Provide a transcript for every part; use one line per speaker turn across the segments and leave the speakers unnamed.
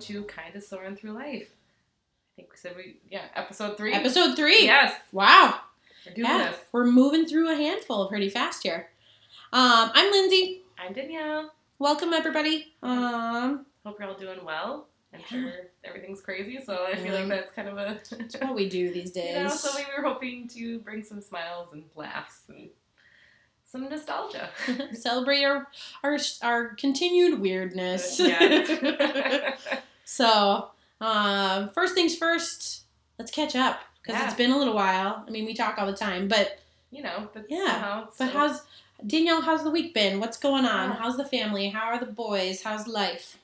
to kind of soaring through life. I think we said we yeah episode three.
Episode three.
Yes,
Wow.
we're doing
yeah,
this.
we're moving through a handful pretty fast here. Um, I'm Lindsay.
I'm Danielle.
Welcome everybody. Um,
Hope you're all doing well. I'm
Yeah.
sure everything's crazy, so I feel like
Mhm.
that's kind of a
that's what we do these days.
you know. So we were hoping to bring some smiles and laughs and some nostalgia.
Celebrate our, our our continued weirdness.
Uh, Yeah.
so, um, first things first. Let's catch up because
Yeah.
it's been a little while. I mean, we talk all the time, but
you know, but
Yeah,
somehow it's
but
still-
how's Danielle? How's the week been? What's going on?
Yeah.
How's the family? How are the boys? How's life?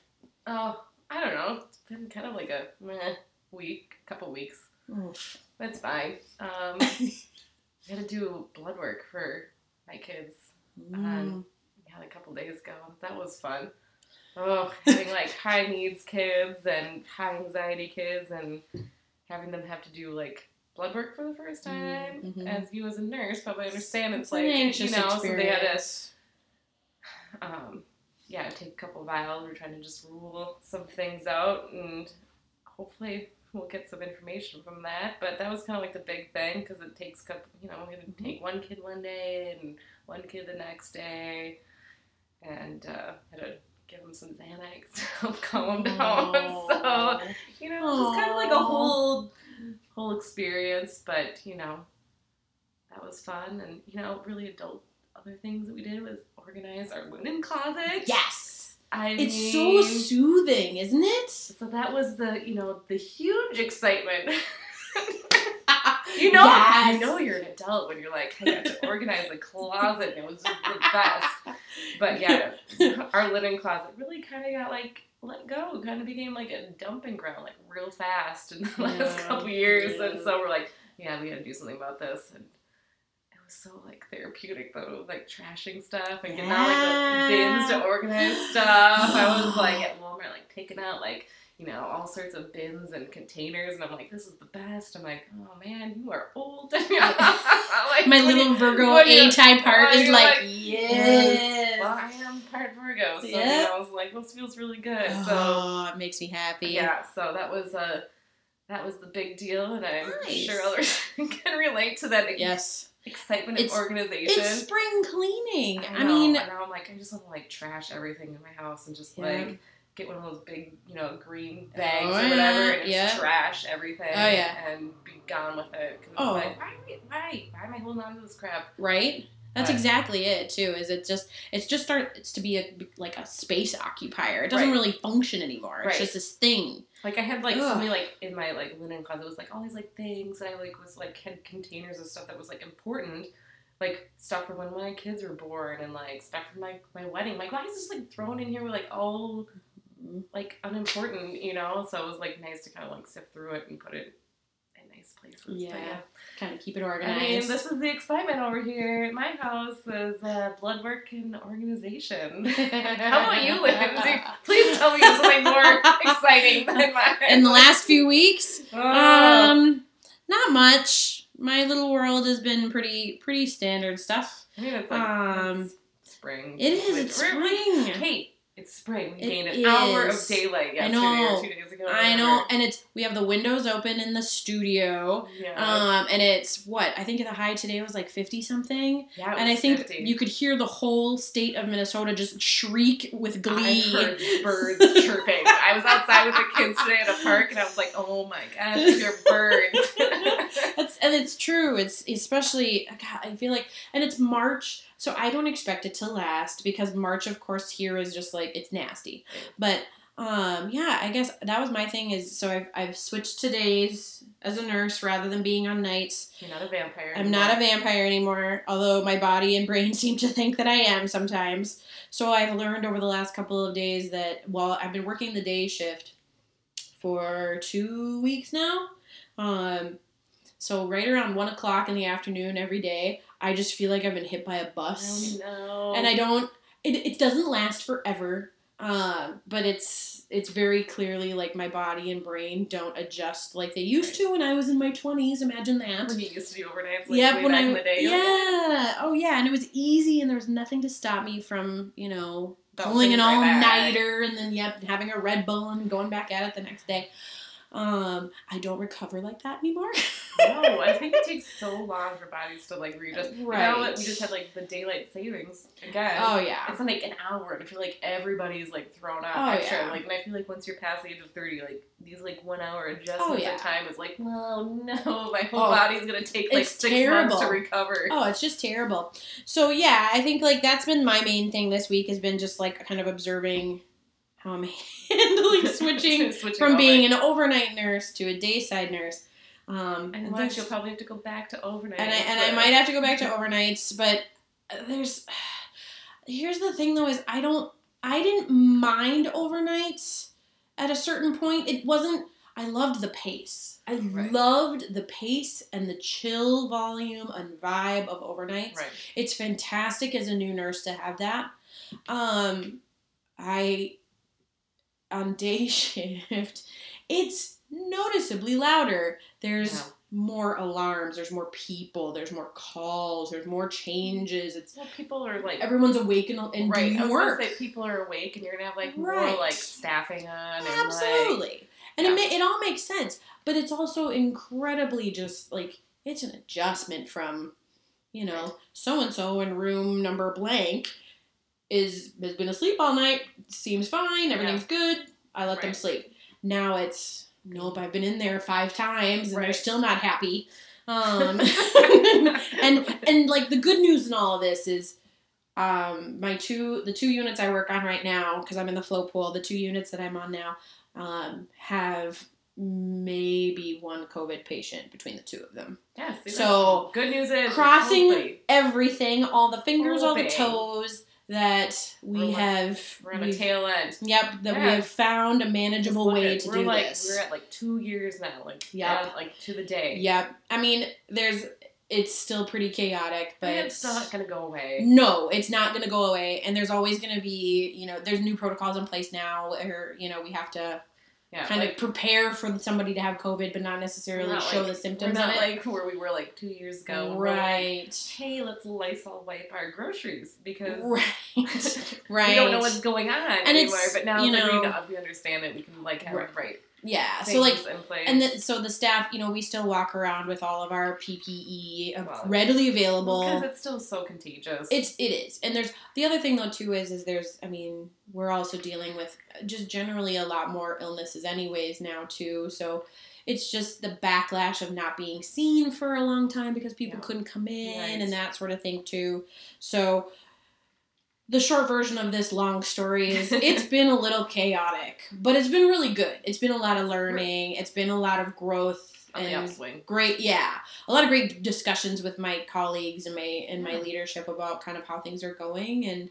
oh I don't know. It's been kind of like a meh week, couple weeks.
Oof.
That's fine. Um, I gotta do blood work for my kids.
Mm.
Um, Yeah, a couple days ago. That was fun. Oh, having like high needs kids and high anxiety kids and having them have to do like blood work for the first time.
Mm, mhm.
As you as a nurse probably understand it's,
It's an
like you
anxious
know, so they had
experience.
to um yeah, take a couple vials. We're trying to just rule some things out and hopefully we'll get some information from that. But that was kind of like the big thing because it takes couple, you know, we're gonna
Mhm.
take one kid one day and one kid the next day, and uh, had to give him some Xanax to help calm him down. So
Aw.
you know, it was kind of like a
Aw.
whole whole experience, but you know, that was fun and you know, really adult. Other things that we did was organize our linen closet.
yes,
I
it's so
mean,
soothing, isn't it?
so that was the you know the huge excitement. Uh, You know,
Yes.
you know, you're an adult when you're like, I got to organize a closet, and it was just the best. But yeah, our linen closet really kind of got like let go, kind of became like a dumping ground, like real fast in the last
Yeah,
couple years, and
yeah.
so we're like, yeah, we got to do something about this, and it was so like therapeutic though, like trashing stuff and getting out like the bins to
Yeah.
organize stuff. I was like at Walmart, like taking out like you know, all sorts of bins and containers, and I'm like, this is the best. I'm like, oh man, you are old. like,
My
when
little
you-
Virgo
when you-
A type heart
when
is
you're
like,
like,
yes.
Well, I am part Virgo, so you
Yeah.
know, I was like, this feels really good. So
oh, it makes me happy.
yeah, so that was uh, that was the big deal, and I'm
Nice.
sure others can relate to that
Yes.
excitement
It's-
and organization.
It's spring cleaning. I,
know,
mean,
and now I'm like, I just want to like trash everything in my house and just
Yeah.
like get one of those big, you know, green bags
Oh,
or whatever,
yeah,
and just
yeah.
trash everything.
Oh, yeah.
and be gone with it. 'Cause
Oh.
it's like, why, am I- why, why am I holding on to this crap?
right? That's
Right.
exactly it too. Is it just it's just our it's to be a like a space occupier. It doesn't
Right.
really function anymore. It's
Right.
just this thing.
Like I had like
Ugh.
so many like in my like linen closet was like all these like things that I like was like had containers of stuff that was like important. Like stuff from when my kids were born and like stuff from my, my wedding. Like why is this like thrown in here with like all
Mm-hmm.
like unimportant, you know. So it was like nice to kind of like sift through it and put it in nice places. But,
Yeah.
yeah.
Kind of keep it
I
organized.
mean, this is the excitement over here at my house is uh, blood work and organization. How about you, Lindsay? Please tell me something more exciting than mine.
In the last few weeks,
Oh.
um, not much. My little world has been pretty pretty standard stuff.
I mean, it's like
Um,
spring.
it is it's
We're- we're-
spring.
Kate, it's spring. We
It
gained an hour of
is.
daylight
I
yesterday
know.
or two days ago. or
I know,
whatever.
and it's we have the windows open in the studio.
Yeah.
Um, and it's what I think the high today was like fifty something.
yeah it
And I
was
think
50.
you could hear the whole state of Minnesota just shriek with glee.
I heard birds chirping. I was outside with the kids today at a park, and I was like, "Oh my god, these are birds!"
That's, and it's true. It's especially, God, I feel like, and it's March, so I don't expect it to last because March, of course, here is just like, it's nasty. But um, yeah, I guess that was my thing is so I've, I've switched to days as a nurse rather than being on nights.
You're not a vampire.
I'm not a vampire anymore, although my body and brain seem to think that I am sometimes. So I've learned over the last couple of days that while I've been working the day shift for two weeks now, um, so right around one o'clock in the afternoon every day, I just feel like I've been hit by a bus,
Oh, No.
and I don't. It, it doesn't last forever, uh, but it's it's very clearly like my body and brain don't adjust like they used to when I was in my twenties. Imagine that.
When you used to do overnights, like
Yep,
way
when
back
I
in the day.
yeah, oh yeah, and it was easy, and there was nothing to stop me from you know
That
pulling an
thing right
all
back.
nighter and then yep, having a Red Bull and going back at it the next day. Um, I don't recover like that anymore.
No, I think it takes so long for bodies to like readjust. Right. You know
Right.
what? We just had like the daylight savings again.
oh yeah.
It's in like an hour, and I feel like everybody's like thrown out
Oh,
extra.
yeah.
Like, and I feel like once you're past the age of thirty, like these like one hour adjustments
Oh, yeah.
in time is like, well, no, my whole
Oh,
body's gonna take like
it's
six months to
terrible.
recover.
Oh, it's just terrible. So yeah, I think like that's been my main thing this week has been just like kind of observing how I'm handling switching
Switching
from
over.
being an overnight nurse to a dayside nurse. Um,
and
there's-
once you'll probably have to go back to overnight.
and I and I
so-
might have to go back to overnights, but there's here's the thing though is I don't I didn't mind overnights at a certain point. It wasn't I loved the pace. I
Right.
loved the pace and the chill volume and vibe of overnights.
Right.
It's fantastic as a new nurse to have that. Um I on day shift, it's noticeably louder. There's
Yeah.
more alarms, there's more people, there's more calls, there's more changes. It's
Well, people are like
everyone's awake and, and
right. I
doing
was
work.
gonna say people are awake, and you're gonna have like
Right.
more like staffing on. And, Like,
Absolutely. And
Yeah.
it, ma- it all makes sense, but it's also incredibly just like it's an adjustment from, you know, so and so in room number blank is has been asleep all night, seems fine, everything's good. I let them
Right.
sleep. Now it's nope, I've been in there five times and they're
Right.
still not happy. Um, and and like the good news in all of this is um my two the two units i work on right now because i'm in the flow pool the two units that i'm on now um have maybe one covid patient between the two of them
yeah, see,
So,
that's- good news is
crossing
hopefully
everything all the fingers all the
Covid.
toes that we
We're like-
have
we're on a
we've-
tail end.
yep that we
Yeah.
have found a manageable
Look
way
at-
to
we're
do
like,
this
We're at like two years now, like
Yep.
yeah, like to the day.
yep i mean there's it's still pretty chaotic but
but it's not gonna go away.
No, it's not going to go away. And there's always going to be, you know, there's new protocols in place now where, you know, we have to
Yeah,
kind
like,
of prepare for somebody to have COVID, but not necessarily
not
show
like-
the symptoms
We're not
of it.
like where we were like two years ago. when we're like,
right.
hey, let's Lysol wipe our groceries because
Right. right.
we don't know what's going on
And it's,
anymore. But now
you
it's like, we,
know-
know, we understand it. We can like have
Right.
the right
yeah.
things
So, like,
in place.
and then, so the staff, you know, we still walk around with all of our PPE av-
Well,
uh, readily available.
because it's still so contagious.
It's it is, and there's the other thing though too is is there's I mean we're also dealing with just generally a lot more illnesses anyways now too, so it's just the backlash of not being seen for a long time because people
Yeah.
couldn't come in
Right.
and that sort of thing too. So the short version of this long story is it's been a little chaotic, but it's been really good. It's been a lot of learning. It's been a lot of growth.
on the
and
upswing.
great yeah a lot of great discussions with my colleagues and my and my
Yeah.
leadership about kind of how things are going and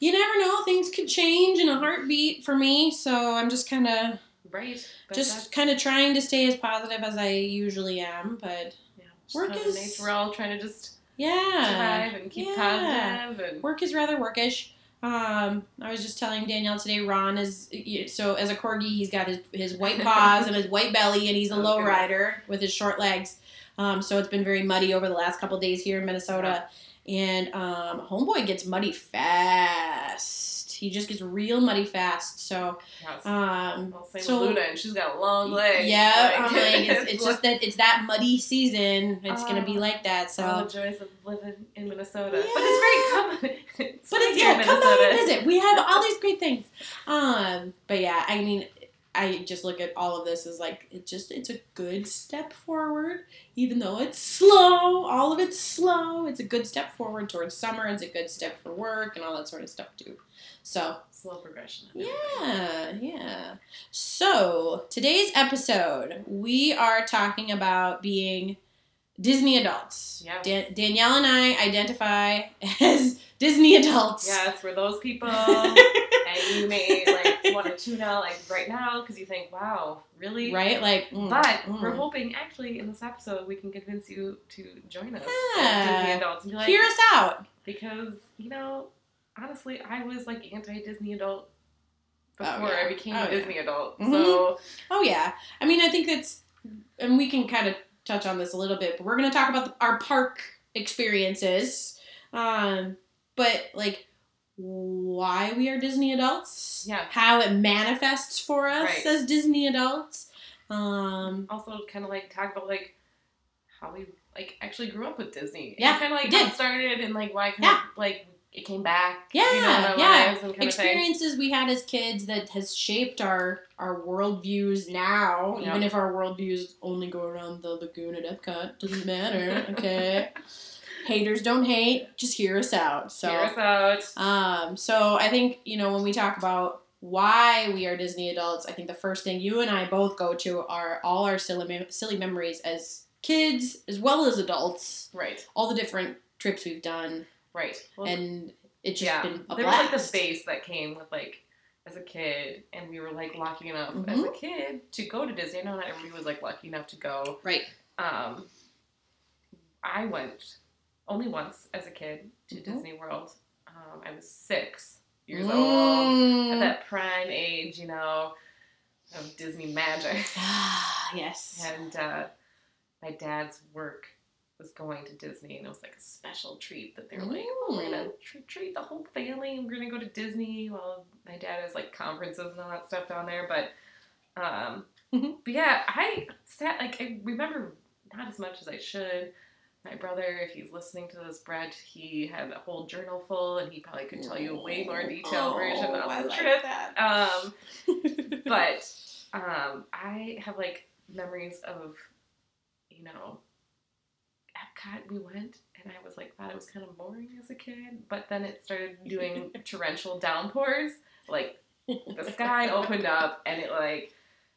you never know things could change in a heartbeat for me so i'm just kind of
Right. But that's-
just kind of trying to stay as positive as i usually am but
yeah, just
work
kind of
is-
nice. We're all trying to just
yeah
survive and keep
Yeah.
positive and
work is rather workish um, I was just telling Danielle today. Ron is so as a corgi, he's got his, his white paws and his white belly, and he's a
Oh,
low
goodness.
rider with his short legs. Um, so it's been very muddy over the last couple days here in Minnesota. And um, homeboy gets muddy fast. He just gets real muddy fast. So
Yes.
um,
Well, same
So-
with Luna, and she's got long legs.
yeah,
Like,
I'm like, it's, it's just that it's that muddy season. It's gonna be
Oh.
like that. So.
all the joys of living in Minnesota. But it's great. Come, it's
But
great
it's
here in
yeah, come by and
Minnesota.
visit. We have all these great things. Um, but yeah, I mean, I just look at all of this as like it just it's a good step forward, even though it's slow. All of it's slow. It's a good step forward towards summer. It's a good step for work and all that sort of stuff too. So
Slow progression.
yeah, yeah. So today's episode, we are talking about being Disney adults.
Yes.
Dan- Danielle and I identify as Disney adults.
Yes, we're those people. and you may like want to tune out like right now because you think, wow, really?
Right? Like, mm,
But
mm.
we're hoping actually in this episode we can convince you to join us
Yeah.
as Disney adults and be like,
hear us out.
because you know, honestly, I was like anti-Disney adult
Oh,
before
yeah.
I became
Oh,
a
yeah.
Disney adult.
Mhm.
So
Oh yeah. I mean, I think that's, and we can kind of touch on this a little bit, but we're gonna talk about the, our park experiences. Um, but like, why we are Disney adults.
Yeah.
How it manifests for us
Right.
as Disney adults. Um,
also kind of like talk about like how we like actually grew up with Disney.
Yeah,
kind of like
we
how
did.
it started and like why kind
Yeah.
of like it came back.
yeah,
you know, in our
yeah.
lives and kind of thing.
Experiences we had as kids that has shaped our our worldviews now.
Yeah.
Even if our worldviews only go around the lagoon at Epcot, doesn't matter. Okay. Haters don't hate. Just hear us out. So.
Hear us out.
Um, so I think, you know, when we talk about why we are Disney adults, I think the first thing you and I both go to are all our silly, mem- silly memories as kids as well as adults,
Right,
all the different trips we've done,
right. Well,
and it's just
yeah,
been a
there
blast.
was like the base that came with like as a kid, and we were like lucky enough as
Mm-hmm.
a kid to go to Disney. I know not everybody was like lucky enough to go.
Right.
Um, I went only once as a kid to
Mhm.
Disney World. Um, I was six years old. at
Mm.
that prime age, you know, of Disney magic.
Ah, yes.
And uh, my dad's work was going to Disney, and it was like a special treat that they were like, oh, we're gonna tr- treat the whole family, and we're gonna go to Disney while my dad has like conferences and all that stuff down there. But, um,
Mhm.
but yeah, I sat like I remember not as much as I should. My brother, if he's listening to this, Brett, he had a whole journal full, and he probably could tell you a way more detailed
Oh,
version of
I
the
like
trip.
that.
Um, but um, I have like memories of, you know, Epcot we went and I was like thought it was kind of boring as a kid, but then it started doing torrential downpours. Like the sky opened up and it like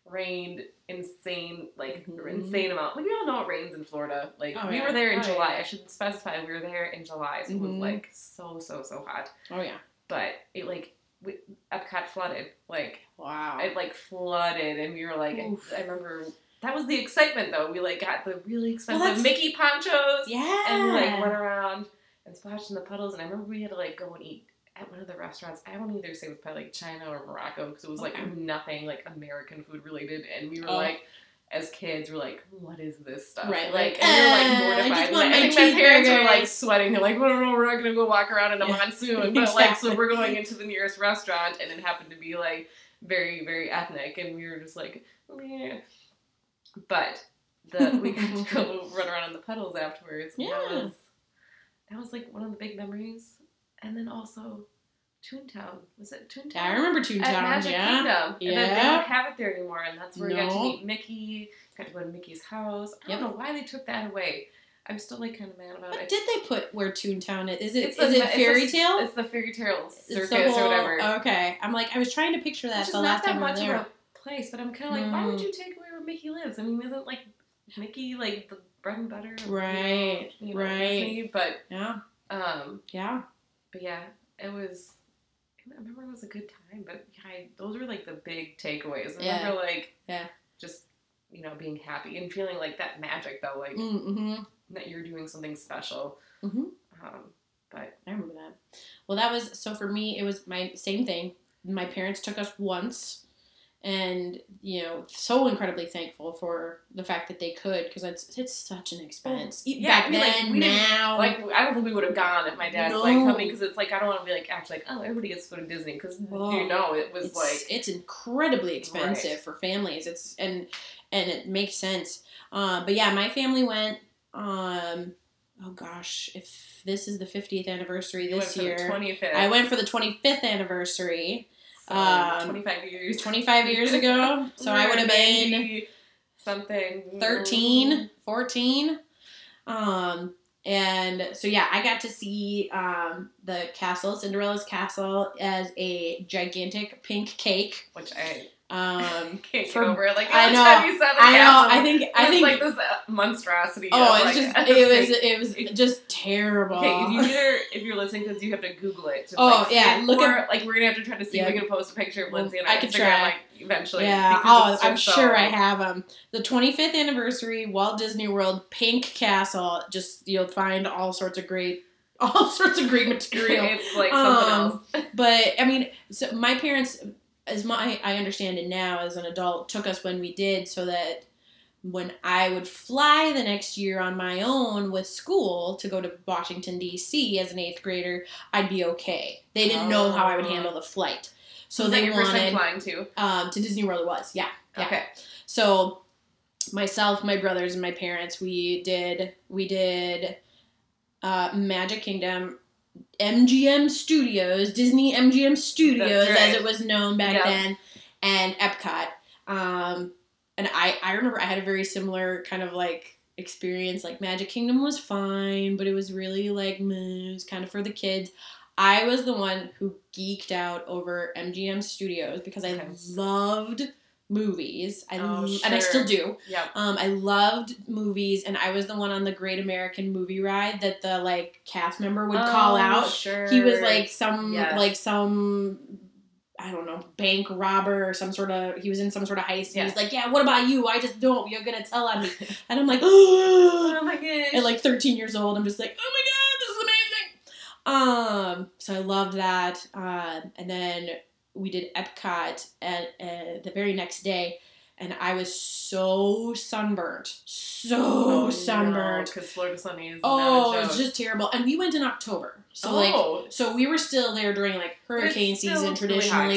rained insane like
Mhm.
insane amount. Like we all know it rains in Florida. Like
Oh,
we
yeah.
were there in
Oh,
July.
yeah.
I should specify we were there in July, so it
Mhm.
was like so so so hot.
oh yeah.
But it like we, Epcot flooded. Like
Wow.
it like flooded and we were like I,
Oof.
I remember that was the excitement though we like got the really expensive
that's-
mickey ponchos
yeah.
and like went around and splashed in the puddles and i remember we had to like go and eat at one of the restaurants i don't either say it was probably like china or morocco because it was like
Okay.
nothing like american food related and we were
Oh.
like as kids, we're like, "What is this stuff?"
Right,
like,
like,
and
"Uh,
we
I
are like mortified.
just
And
want
I
my
think my parents were like
cheeseburgers.
sweating. They're like, "Well, no, we're not gonna go walk around in a
Yeah,
monsoon." But like, so
exactly.
we're going into the nearest restaurant, and it happened to be like very, very ethnic, and we were just like, "Meh." but the we got to go run around in the puddles afterwards. and that
Yeah.
was that was like one of the big memories, and then also Toontown. Was it Toontown?
yeah, I remember Toontown.
at Magic
yeah.
Kingdom. And then they
Yeah.
don't have it there anymore, and that's where we got to
No.
meet Mickey. Got to go to Mickey's house. I
Yep.
don't know why they took that away. I'm still like kind of mad about
What
it.
did they put where Toontown is? Is it is
the-
it fairy
the-
tale?
It's the fairy tale
It's the
circus or
whole-
whatever.
Okay, I'm like I was trying to picture that
Which is
the
not
last
that
time I
much
was
of
there. Mm.
a place, but I'm kind of like, why would
No.
you take away where Mickey lives? I mean, isn't like Mickey like the bread and butter? of, you know,
Right,
you know,
right.
Disney? But
Yeah,
um,
yeah.
but yeah, it was. I remember it was a good time, but yeah, I, those were like the big takeaways. I
Yeah.
remember like
Yeah.
just you know being happy and feeling like that magic though, like
Mm-hmm.
that you're doing something special.
Mhm.
Um, but
I remember that. Well, that was so for me. It was my same thing. My parents took us once, and you know, so incredibly thankful for the fact that they could because it's it's such an expense. E,
yeah,
Back
I mean, like,
then,
we didn't-
now,
like I don't think we would have gone if my dad was like
No.
coming because it's like I don't want to be like act like oh everybody gets to go to Disney because
Oh.
you know it was
it's
like
it's incredibly expensive
Right.
for families. It's and and it makes sense. Um, but yeah, my family went. Um, oh gosh, if this is the 50th anniversary this year,
twenty fifth.
I went for the 25th anniversary.
so,
um,
twenty five years.
25 years ago, so I would have been
90 something
13, 14. Um, and so yeah, I got to see um, the castle, Cinderella's castle, as a gigantic pink cake.
which I
Um,
can't
From-
get over it. Like
I
every
know.
time you said the
I know.
castle,
I think.
it
I
was
think.
like this uh, monstrosity.
oh,
of,
it's
like,
just. It was.
like-
It was just terrible.
Okay, if you either if you're listening to this, you have to Google it. To,
Oh,
like, see
yeah,
it,
look
or, like we're gonna have to try to see. if
Yeah.
We can post a picture of
Well,
Lindsay and
I
I
could
Instagram
try.
like eventually.
yeah.
because
Oh,
it's
I'm
just so-
sure I have them. The 25th anniversary Walt Disney World Pink Castle. Just you'll find all sorts of great, all sorts of great material.
It's like something
Um,
else.
but I mean, so my parents, as my I understand it now as an adult, took us when we did, so that when I would fly the next year on my own with school to go to Washington, D.C. as an eighth grader, I'd be okay. They didn't know how I would
Oh.
handle the flight. So
Was that
they
your first
wanted
time flying too?
um, to Disney World, it was, yeah. Yeah.
Okay.
So myself, my brothers, and my parents, we did we did uh, Magic Kingdom, MGM Studios, Disney MGM Studios,
That's
as
right.
it was known back
Yeah.
then, and Epcot. Um, and I I remember I had a very similar kind of like experience. Like Magic Kingdom was fine, but it was really like meh, it was kind of for the kids. I was the one who geeked out over MGM Studios because I
Okay.
loved movies. I
Oh,
lo- and I still
sure.
do.
Yeah.
Um, I loved movies, and I was the one on the Great American Movie Ride that the like cast member would call
Oh,
out.
Sure.
He was like some
Yes.
like some I don't know bank robber or some sort of he was in some sort of heist. And
Yeah.
he's like, yeah, what about you? I just don't. You're gonna tell on me. And I'm like, oh.
Oh my gosh.
At like 13 years old, I'm just like, oh my god, this is amazing. Um, so I loved that. Um, and then we did Epcot at, uh the very next day, and I was so sunburnt, so sunburnt.
Because Florida Sunny is
Oh,
Oh, not a
it was
joke.
just terrible. And we went in October, so like,
oh,
so we were still there during like hurricane
it's still
season
really hot, 'cause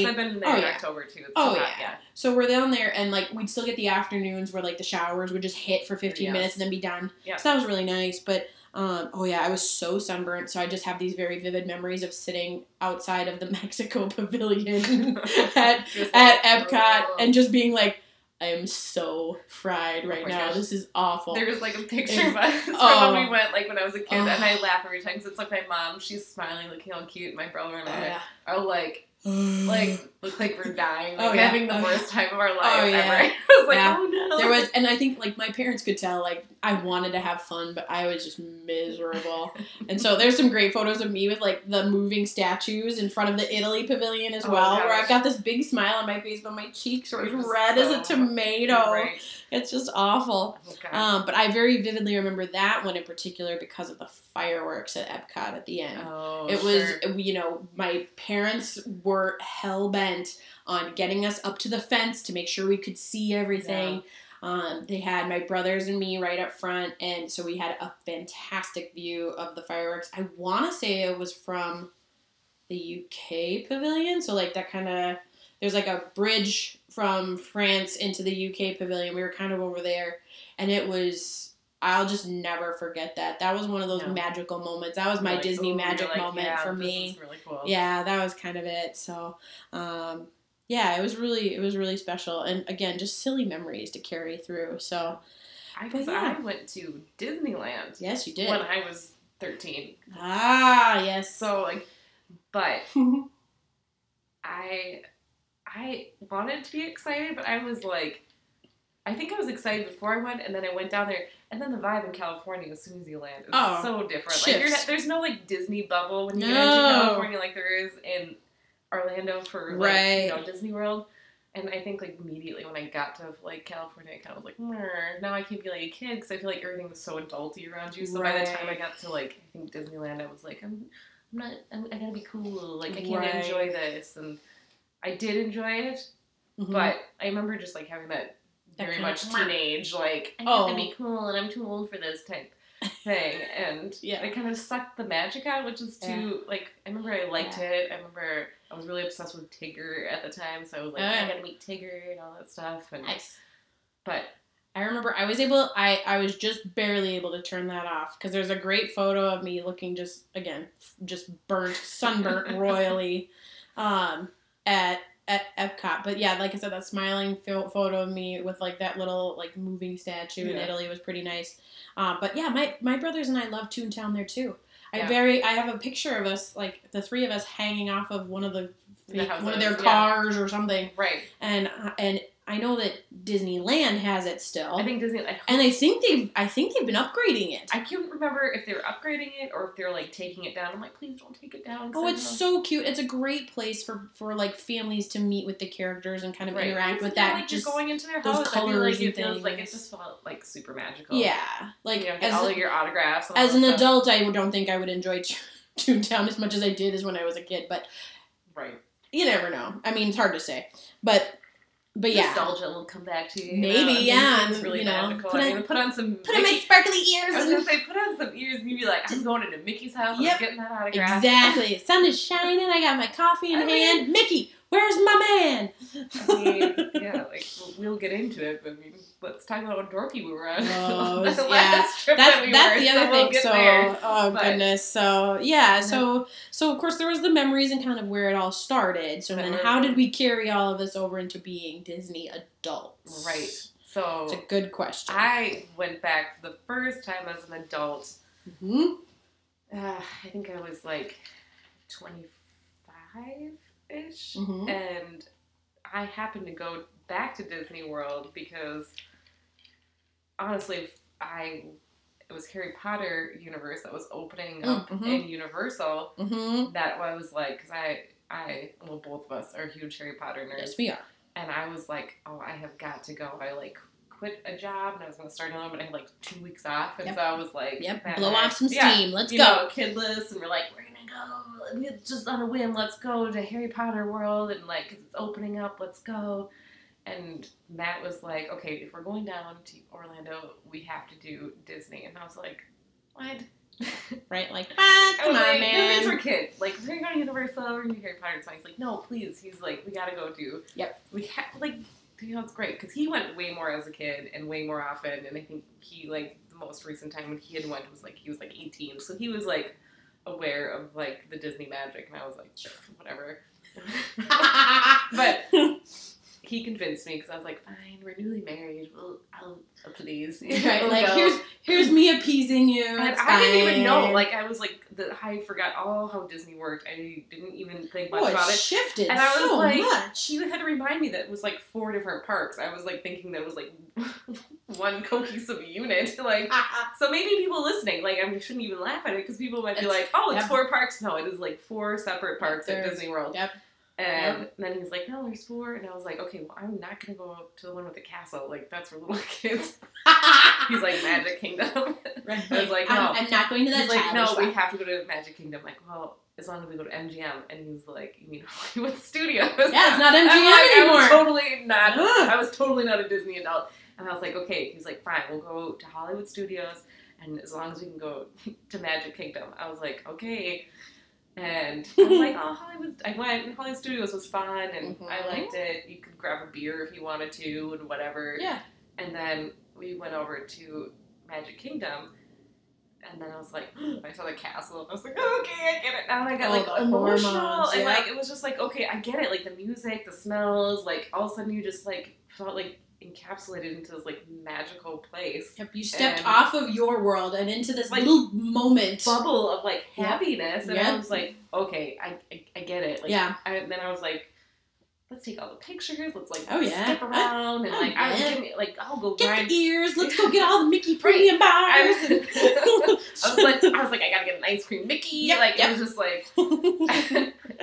traditionally.
I've been there
Oh,
in
yeah.
October too. It's
Oh,
so hot,
yeah. So we're down there, and like we'd still get the afternoons where like the showers would just hit for 15
Yes.
minutes and then be done.
Yeah.
So that was really nice. But um, oh yeah, I was so sunburnt, so I just have these very vivid memories of sitting outside of the Mexico Pavilion at
Just
at
like,
Epcot
oh.
and just being like, I am so fried right
my
now.
gosh.
This is awful.
There was like a picture
It's-
of us from
oh.
when we went, like when I was a kid,
Oh.
and I laugh every time because it's like my mom. She's smiling, looking all cute. and My brother and
oh,
I
yeah.
are like, like, look like we're dying, like
Mm. Oh, yeah.
having the
Oh,
worst time of our lives
Oh, yeah.
ever. I was like,
Yeah.
oh no.
There was, and I think like my parents could tell, like I wanted to have fun, but I was just miserable. and so there's some great photos of me with like the moving statues in front of the Italy pavilion as
Oh,
well, where
gosh.
I've got this big smile on my face, but my cheeks are as
You're
red as a
so
tomato.
Right.
It's just awful.
Oh, God.
Um, but I very vividly remember that one in particular because of the fireworks at Epcot at the end
oh,
it
sure.
was you know my parents were hell bent on getting us up to the fence to make sure we could see everything um, they had my brothers and me right up front and so we had a fantastic view of the fireworks i want to say it was from the uk pavilion so like that kind of there's like a bridge from france into the uk pavilion we were kind of over there and it was I'll just never forget that. That was one of those
No.
magical moments. That was my
You're like,
Disney
ooh, you're
magic
like,
moment
yeah,
for
this
me.
is really cool.
Yeah, that was kind of it. So, um, yeah, it was really it was really special, and again, just silly memories to carry through. So,
I,
But
guess
yeah.
I went to Disneyland
yes, you did.
when I was 13.
ah, yes.
So like, but I I wanted to be excited, but I was like, I think I was excited before I went, and then I went down there, and then the vibe in California as soon as you land is
Oh,
so different. Like you're
shifts.
not, there's no like Disney bubble when you get
No.
into California like there is in Orlando for like,
Right.
you know Disney World. And I think like immediately when I got to like California, I kind of was like, "Mer, now I can't be like a kid because I feel like everything was so adulty around you. So by the time I
Right.
got to like I think Disneyland, I was like, I'm I'm not. I'm, I gotta be cool. Like I can't
Right.
enjoy this. And I did enjoy it,
Mhm.
but I remember just like having Mm-hmm. that
That
very
kind
much
of-
teenage like I have
Oh.
to be cool and I'm too old for this type thing. And
Yeah.
it kind of sucked the magic out, which is too like I remember I liked it. I remember I was really obsessed with Tigger at the time, so I was like,
Oh, yeah.
I gotta meet Tigger and all that stuff. And
nice.
but
I remember I was able I I was just barely able to turn that off because there's a great photo of me looking just again just burnt sunburnt royally um at at Epcot but yeah like I said that smiling pho- photo of me with like that little like moving statue in
Yeah.
Italy was pretty nice um but yeah my my brothers and I love Toontown there too I
Yeah.
very I have a picture of us like the three of us hanging off of one of the,
The
one of their
houses, yeah.
cars or something
right,
and uh, and I know that Disneyland has it still
I think Disney. I
and I think they've I think they've been upgrading it.
I couldn't remember if they were upgrading it or if they were like taking it down. I'm like, please don't take it down. 'cause
Oh,
I
it's
don't know."
so cute. It's a great place for for like families to meet with the characters and kind of
Right.
interact
It's
with
not
that.
Like
just
you're going into their
those
house, I feel
colors and
like it feels like it
things.
just felt like super magical.
yeah, like
you know, get
as
all
a-
of your autographs. And all
as an
that stuff.
adult, I don't think I would enjoy T- Toontown as much as I did as when I was a kid. But
right?
you never know. I mean, it's hard to say. But But yeah,
nostalgia will come back to you. you
Maybe,
know, and
yeah,
things
and,
really
you know,
magical.
put
I'm
on-
gonna put on some.
put on my
Mickey-
sparkly
I was
ears.
gonna
And,
say put on some ears and you'd be like, I'm going into Mickey's house.
Yep.
I'm getting that autograph.
exactly, sun is shining. I got my coffee in
I mean-
hand. Mickey, where's my man?
I mean, yeah, like we'll- we'll get into it, but I mean, let's talk about how dorky we were on
Oh,
the
yeah.
last trip
that's
that we
that's
were,
the
so
other
we'll
thing.
get
so,
there.
oh
But-
goodness. So yeah.
Yeah.
So so of course there was the memories and kind of where it all started. So
But
then
we're-
how did we carry all of this over into being Disney adults?
Right.
It's a
So
good question.
I went back the first time as an adult.
Mhm.
Uh, I think I was like 25 ish.
Mhm.
and I happened to go back to Disney World because honestly, I it was Harry Potter universe that was opening up
Mhm.
in Universal.
Mhm.
That I was like, because I, I, well, both of us are huge Harry Potter nerds,
Yes, we are.
and I was like, oh, I have got to go. I like quit a job and I was gonna start another, but I had like two weeks off, and
Yep.
so I was like,
Yep.
that
Blow
night-
off some steam.
Yeah
Let's
you
go.
know, kidless, and we're like, we're gonna go it's just on a whim. Let's go to Harry Potter World, and like 'cause it's opening up. Let's go. And Matt was like, okay, if we're going down to Orlando, we have to do Disney. And I was like, what?
Right? Like, ah,
I
come
was
on,
Oh, like,
man.
Disney's for kids. Like, we're going to Universal. We're going to Harry Potter. So he's like, no, please. He's like, we gotta go do.
Yep.
We have like, you know, it's great because he went way more as a kid and way more often. And I think he like the most recent time when he had went was like he was like 18, so he was like aware of like the Disney magic. And I was like, sure, whatever. But he convinced me because I was like, fine, we're newly married. Well, I'll please.
right?
We'll
Like,
go.
here's here's me appeasing you.
And
it's
Oh, I didn't even know.
fine.
Like I was like, the, I forgot all how Disney worked. I didn't even think much
oh,
about
it
it.
shifted
And I was
so
like,
much.
She had to remind me that it was like four different parks. I was like thinking that it was like one cohesive unit. Like so, maybe people listening, like I shouldn't even laugh at it because people might be
It's-
like, "Oh, it's
yep.
four parks." No, it is like four separate parks at
There's-
Disney World.
Yep.
And then he's like, "No, there's four. And I was like, "Okay, well, I'm not gonna go to the one with the castle. Like that's for little kids." He's like, "Magic Kingdom."
Right.
I was like,
I'm,
no.
I'm not going to that
He's like,
childish
no, we
one."
have to go to Magic Kingdom. Like, well, as long as we go to MGM. And he's like, you mean Hollywood Studios?
Yeah, it's not
I'm
MGM
like, I
anymore.
was totally not.
Ugh.
I was totally not a Disney adult. And I was like, okay. He's like, fine, we'll go to Hollywood Studios, and as long as we can go to Magic Kingdom. I was like, okay. And I was like, oh, Hollywood. I went, and Hollywood Studios was fun, and I
Mhm.
liked it. You could grab a beer if you wanted to, and whatever.
Yeah.
And then we went over to Magic Kingdom. And then I was like, I saw the castle, and I was like, "Oh, okay, I get it. Now and I got
Oh,
like
the
emotional,
hormones,
and
yeah.
like it was just like, okay, I get it. Like the music, the smells, like all of a sudden you just like felt like encapsulated into this like magical place,
Yep, you stepped
And-
off of your world and into this
Like,
little moment.
bubble of like
Yeah.
happiness. And I
Yeah.
was like, okay, I, I, I get it. Like,
Yeah.
I, and then I was like, let's take all the pictures. Let's like
Oh, yeah.
step around and
oh,
like I was
yeah.
getting, like I'll go
Get
grind.
the ears. Let's go get all the Mickey premium
I
bars.
was. I was like, I was like, I gotta get an ice cream Mickey.
Yep,
like
yep.
it was just like,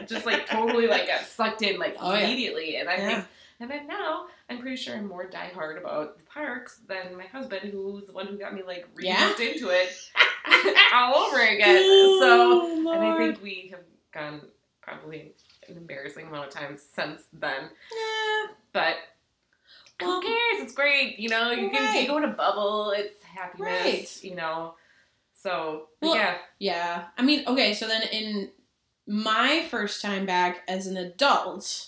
just like totally like got sucked in like
Oh, yeah.
immediately. And I
Yeah.
think, and then now I'm pretty sure I'm more diehard about the parks than my husband, who was the one who got me like re
Yeah.
hooked into it all over again. so,
Oh,
and I
Lord.
think we have gone probably an embarrassing amount of time since then.
Yeah.
But
Well,
who cares? It's great, you know. You can
Um, Right.
you go in a bubble. It's happiness,
Right.
you know. So but
Well,
yeah,
Yeah. I mean, okay, so then in my first time back as an adult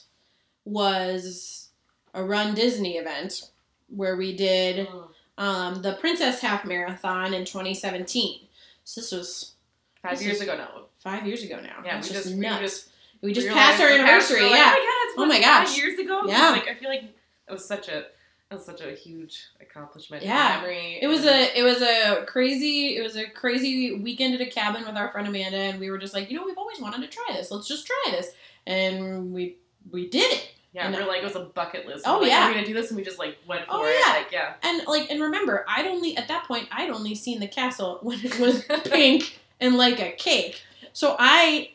was a Run Disney event where we did
Mm.
um, the Princess Half Marathon in 2017. So this was
five
this
years
is-
ago now.
five years ago now.
Yeah,
It's
we
just,
just- we
nuts. We just,
just
passed our anniversary. yeah.
oh my gosh, it's been five years ago.
Yeah.
Like I feel like it was such a it was such a huge accomplishment. and
Yeah.
memory.
It was
and-
a it was a crazy it was a crazy weekend at a cabin with our friend Amanda and we were just like, you know, we've always wanted to try this. Let's just try this. And we we did it.
yeah.
and-
We're like it was a bucket list.
Oh,
We're like,
yeah.
we're gonna do this, and we just like went for
Oh,
it.
yeah.
Like yeah,
And like and remember, I'd only at that point I'd only seen the castle when it was pink and like a cake. So I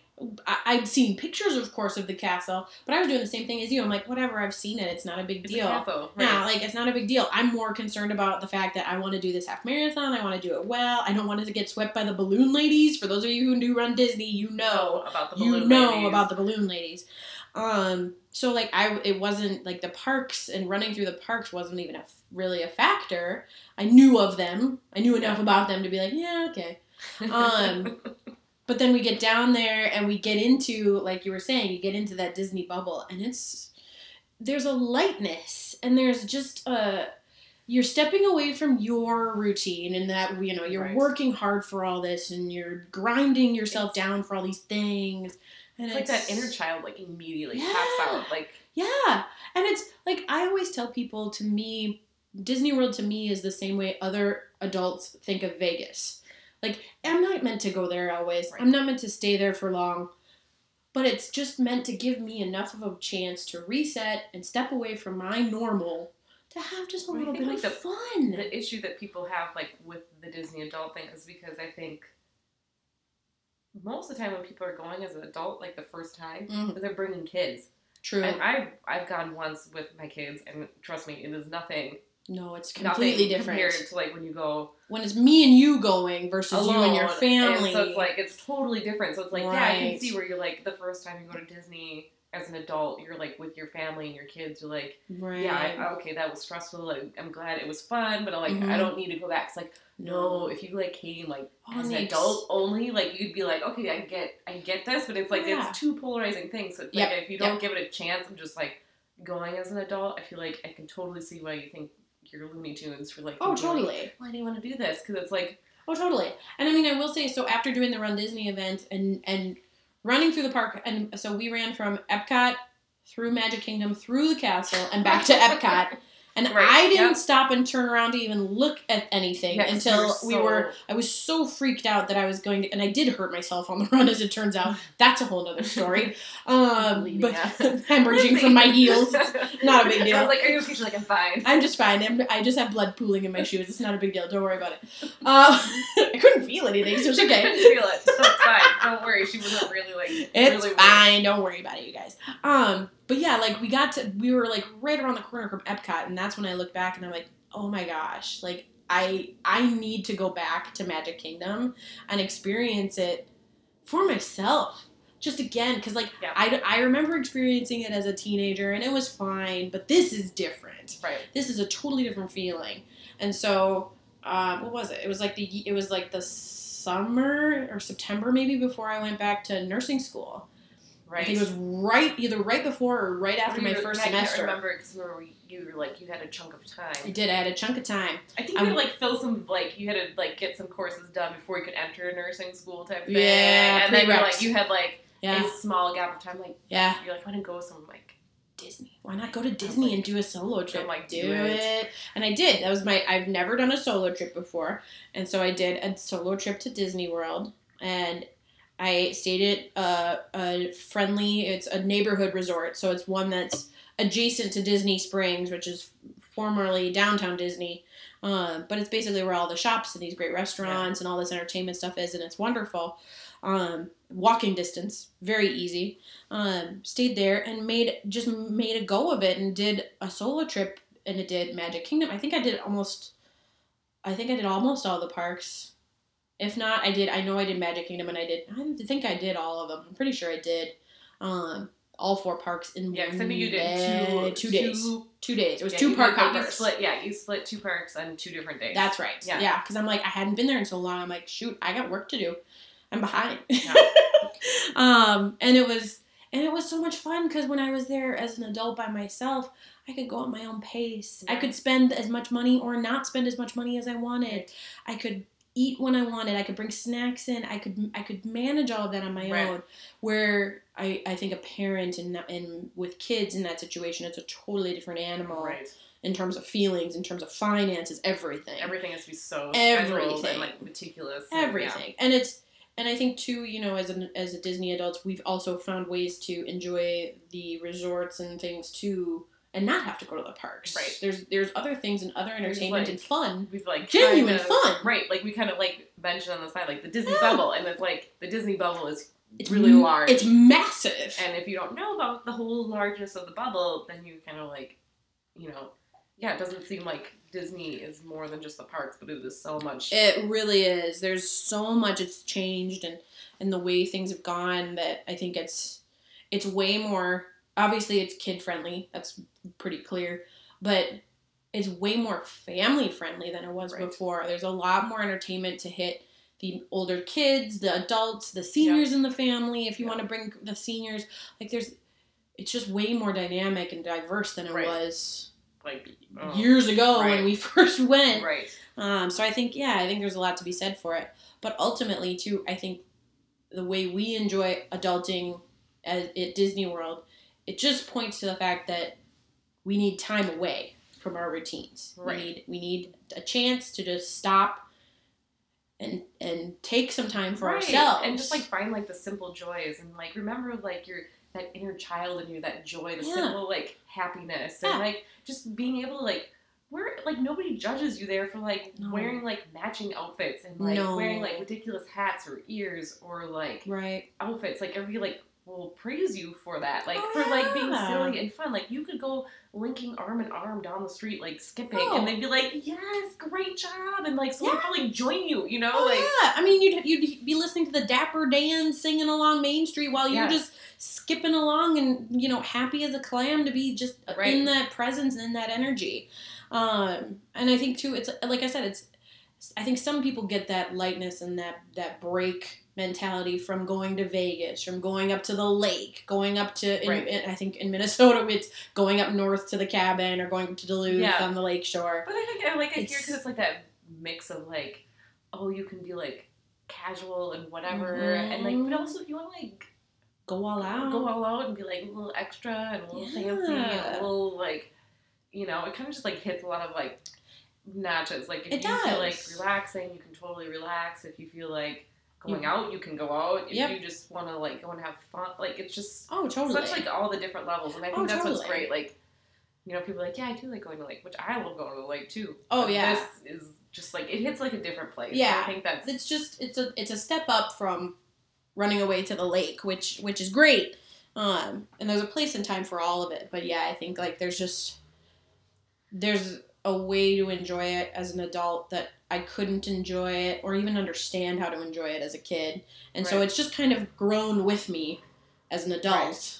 I- I'd seen pictures, of course, of the castle, but I was doing the same thing as you. I'm like, whatever, I've seen it. It's not a big
it's
deal.
a capo, right?
Yeah, like it's not a big deal. I'm more concerned about the fact that I want to do this half marathon. I want to do it well. I don't want to get swept by the balloon ladies. For those of you who do run Disney, you know
about the
you
balloon
know
ladies.
about the balloon ladies. Um, so like I it wasn't like the parks and running through the parks wasn't even a, really a factor. I knew of them. I knew enough
Yeah.
about them to be like, yeah, okay. Um, but then we get down there and we get into like you were saying, you get into that Disney bubble and it's there's a lightness and there's just a you're stepping away from your routine and that you know you're
Right.
working hard for all this and you're grinding yourself down for all these things and
it's like that inner child like immediately
Yeah.
pops out. Like
yeah. And it's like I always tell people to me, Disney World to me is the same way other adults think of Vegas. Like, I'm not meant to go there always.
Right.
I'm not meant to stay there for long. But it's just meant to give me enough of a chance to reset and step away from my normal to have just a
Well, I
little bit of
think, like, the-
fun.
the issue that people have like with the Disney adult thing is because I think most of the time when people are going as an adult, like the first time,
Mhm.
they're bringing kids.
True.
And I've I've gone once with my kids, and trust me, it is nothing
no, it's completely
completely
different.
compared to like when you go
When it's me and you going versus
alone.
you and your family.
so it's like it's totally different. So it's like yeah, I can
Right.
see where you're like the first time you go to Disney as an adult, you're like with your family and your kids. You're like
right.
yeah, I, okay, that was stressful. Like, I'm glad it was fun, but like
Mhm.
I don't need to go back. It's like no, if you like came like
Oh,
um, as an
and the ex-
adult only, like you'd be like okay, I get I get this, but it's like
Yeah.
it's two polarizing things. So it's like if you don't give it a chance, I'm just like going as an adult. I feel like I can totally see why you think you're Looney Tunes for like
Oh,
thinking, like,
totally.
why do you want to do this? Because it's like
Oh, totally. And I mean, I will say so after doing the Run Disney event and and running through the park, and so we ran from Epcot through Magic Kingdom, through the castle, and back to Epcot. And
Right,
I didn't
yep.
stop and turn around to even look at anything
yeah, 'cause
until
you're
we
so-
were. I was so freaked out that I was going to, and I did hurt myself on the run, as it turns out. That's a whole nother story. Um,
Bleeding
but
out.
hemorrhaging from my heels. not a big
I
deal.
was like, are you okay? She's like, I'm fine.
I'm just fine. I'm, I just have blood pooling in my shoes. It's not a big deal. Don't worry about it. Uh, I couldn't feel anything, so it's
She
okay.
couldn't feel it, so it's fine. Don't worry. She wasn't really like.
It's
really
fine. Don't worry about it, you guys. Um, but yeah, like we got to, we were like right around the corner from Epcot, and that's when I looked back and I'm like, oh my gosh, like I I need to go back to Magic Kingdom and experience it for myself. Just again, because like
Yeah.
I, I remember experiencing it as a teenager and it was fine, but this is different
Right.
this is a totally different feeling. And so, um, what was it? It was like the ye- it was like the summer or September maybe before I went back to nursing school.
Right.
I think it was right either right before or right after my
You-
first
yeah, you
semester.
remember because you were you were like you had a chunk of
I
time.
did. I had a chunk of time.
I think you
I'm-
had to, like fill some like you had to like get some courses done before you could enter a nursing school type thing.
Yeah,
and then you're
prereqs.
like you had like
Yeah,
a small gap of time. Like
yeah.
you're like, I want to go some like
Disney. Why not go to Disney and do a solo trip?
like,
do
do
it.
it.
And I did. That was my. I've never done a solo trip before, and so I did a solo trip to Disney World, and I stayed at a, a friendly. It's a neighborhood resort, so it's one that's adjacent to Disney Springs, which is formerly downtown Disney. Um, but it's basically where all the shops and these great restaurants and all this entertainment stuff is, and it's wonderful. Um, walking distance, very easy. Um, stayed there and made just made a go of it and did a solo trip and it did Magic Kingdom. I think I did almost, I think I did almost all the parks. If not, I did. I know I did Magic Kingdom and I did. I think I did all of them. I'm pretty sure I did. Um, all four parks in
yeah.
one
Because I know you
day-
did
two
two
days. Two,
Two,
days. It was
yeah,
two
you
park
did, like, you
hoppers.
split yeah. You split two parks on two different days.
That's right. Yeah.
Yeah.
Because I'm like, I hadn't been there in so long. I'm like, shoot, I got work to do. I'm behind.
Yeah.
um, and it was and it was so much fun because when I was there as an adult by myself, I could go at my own pace. I
Yeah.
could spend as much money or not spend as much money as I wanted.
Right.
I could eat when I wanted. I could bring snacks in. I could I could manage all of that on my
Right.
own. Where I, I think a parent and and with kids in that situation, it's a totally different animal
right.
in terms of feelings, in terms of finances, everything
Everything has to be so scheduled
Everything.
and like meticulous. and, yeah.
everything and it's and i think too you know as an as a disney adults we've also found ways to enjoy the resorts and things too and not have to go to the parks
Right.
there's there's other things and other
There's,
entertainment
like,
and fun
We've like
Genuine
kind of-
fun.
right? Like we kind of like mentioned on the side, like the Disney
Yeah.
bubble, and it's like the Disney bubble is
it's
really
m-
large.
it's massive
And if you don't know about the whole largeness of the bubble, then you kind of like, you know, yeah, it doesn't seem like Disney is more than just the parks, but it is so much.
It really is. There's so much it's changed and and the way things have gone that I think it's it's way more obviously it's kid friendly. That's pretty clear, but it's way more family friendly than it was
Right.
before. There's a lot more entertainment to hit the older kids, the adults, the seniors in the family. If you
Yeah.
want to bring the seniors, like there's, it's just way more dynamic and diverse than it
Right.
was
Like oh,
years ago
Right.
when we first went.
right.
Um, so I think, yeah, I think there's a lot to be said for it. But ultimately, too, I think the way we enjoy adulting at, at Disney World, it just points to the fact that we need time away from our routines.
Right.
We need we need a chance to just stop and and take some time for ourselves
And just like find like the simple joys and like remember like your that inner child in you, that joy, the
Yeah.
simple like happiness
Yeah.
and like just being able to like wear like nobody judges you there for like
No.
wearing like matching outfits and like
No.
wearing like ridiculous hats or ears or like
right,
outfits. Like everybody like will praise you for that. Like
Oh,
for like being
yeah.
silly and fun. Like you could go linking arm in arm down the street, like skipping,
Oh.
and they'd be like, Yes, great job and like someone
Yeah.
probably join you, you know?
oh
like
yeah. I mean, you'd you'd be listening to the Dapper Dan singing along Main Street while you're
Yeah.
just skipping along and you know happy as a clam to be just
Right.
in that presence and in that energy. Um, and I think too, it's like I said, it's I think some people get that lightness and that that break mentality from going to Vegas, from going up to the lake, going up to in,
Right.
in- I think in Minnesota it's going up north to the cabin or going up to Duluth
Yeah.
on the lake shore.
But I think I like it here because
It's-
it's like that mix of like, oh, you can be like casual and whatever, and
Mhm.
like, but also if you want to like
Go all out.
go all out and be like a little extra and a little fancy and
Yeah.
a little like, you know, it kind of just like hits a lot of like notches. Like if
It
you feel like
does.
relaxing, you can totally relax. If you feel like
You-
going out, you can go out. If
Yep.
you just want to like go and have fun, like it's just
Oh, totally.
such like all the different levels, and I think
Oh,
that's what's
totally.
great. Like, you know, people are like, yeah, I do like going to the lake, which I love going to the lake too.
Oh,
But
yeah.
this is just like it hits like a different place.
Yeah.
I think that's
it's just it's a it's a step up from running away to the lake, which which is great. Um, and there's a place and time for all of it. But yeah, I think like there's just there's a way to enjoy it as an adult that I couldn't enjoy it or even understand how to enjoy it as a kid. And so
Right.
it's just kind of grown with me as an adult.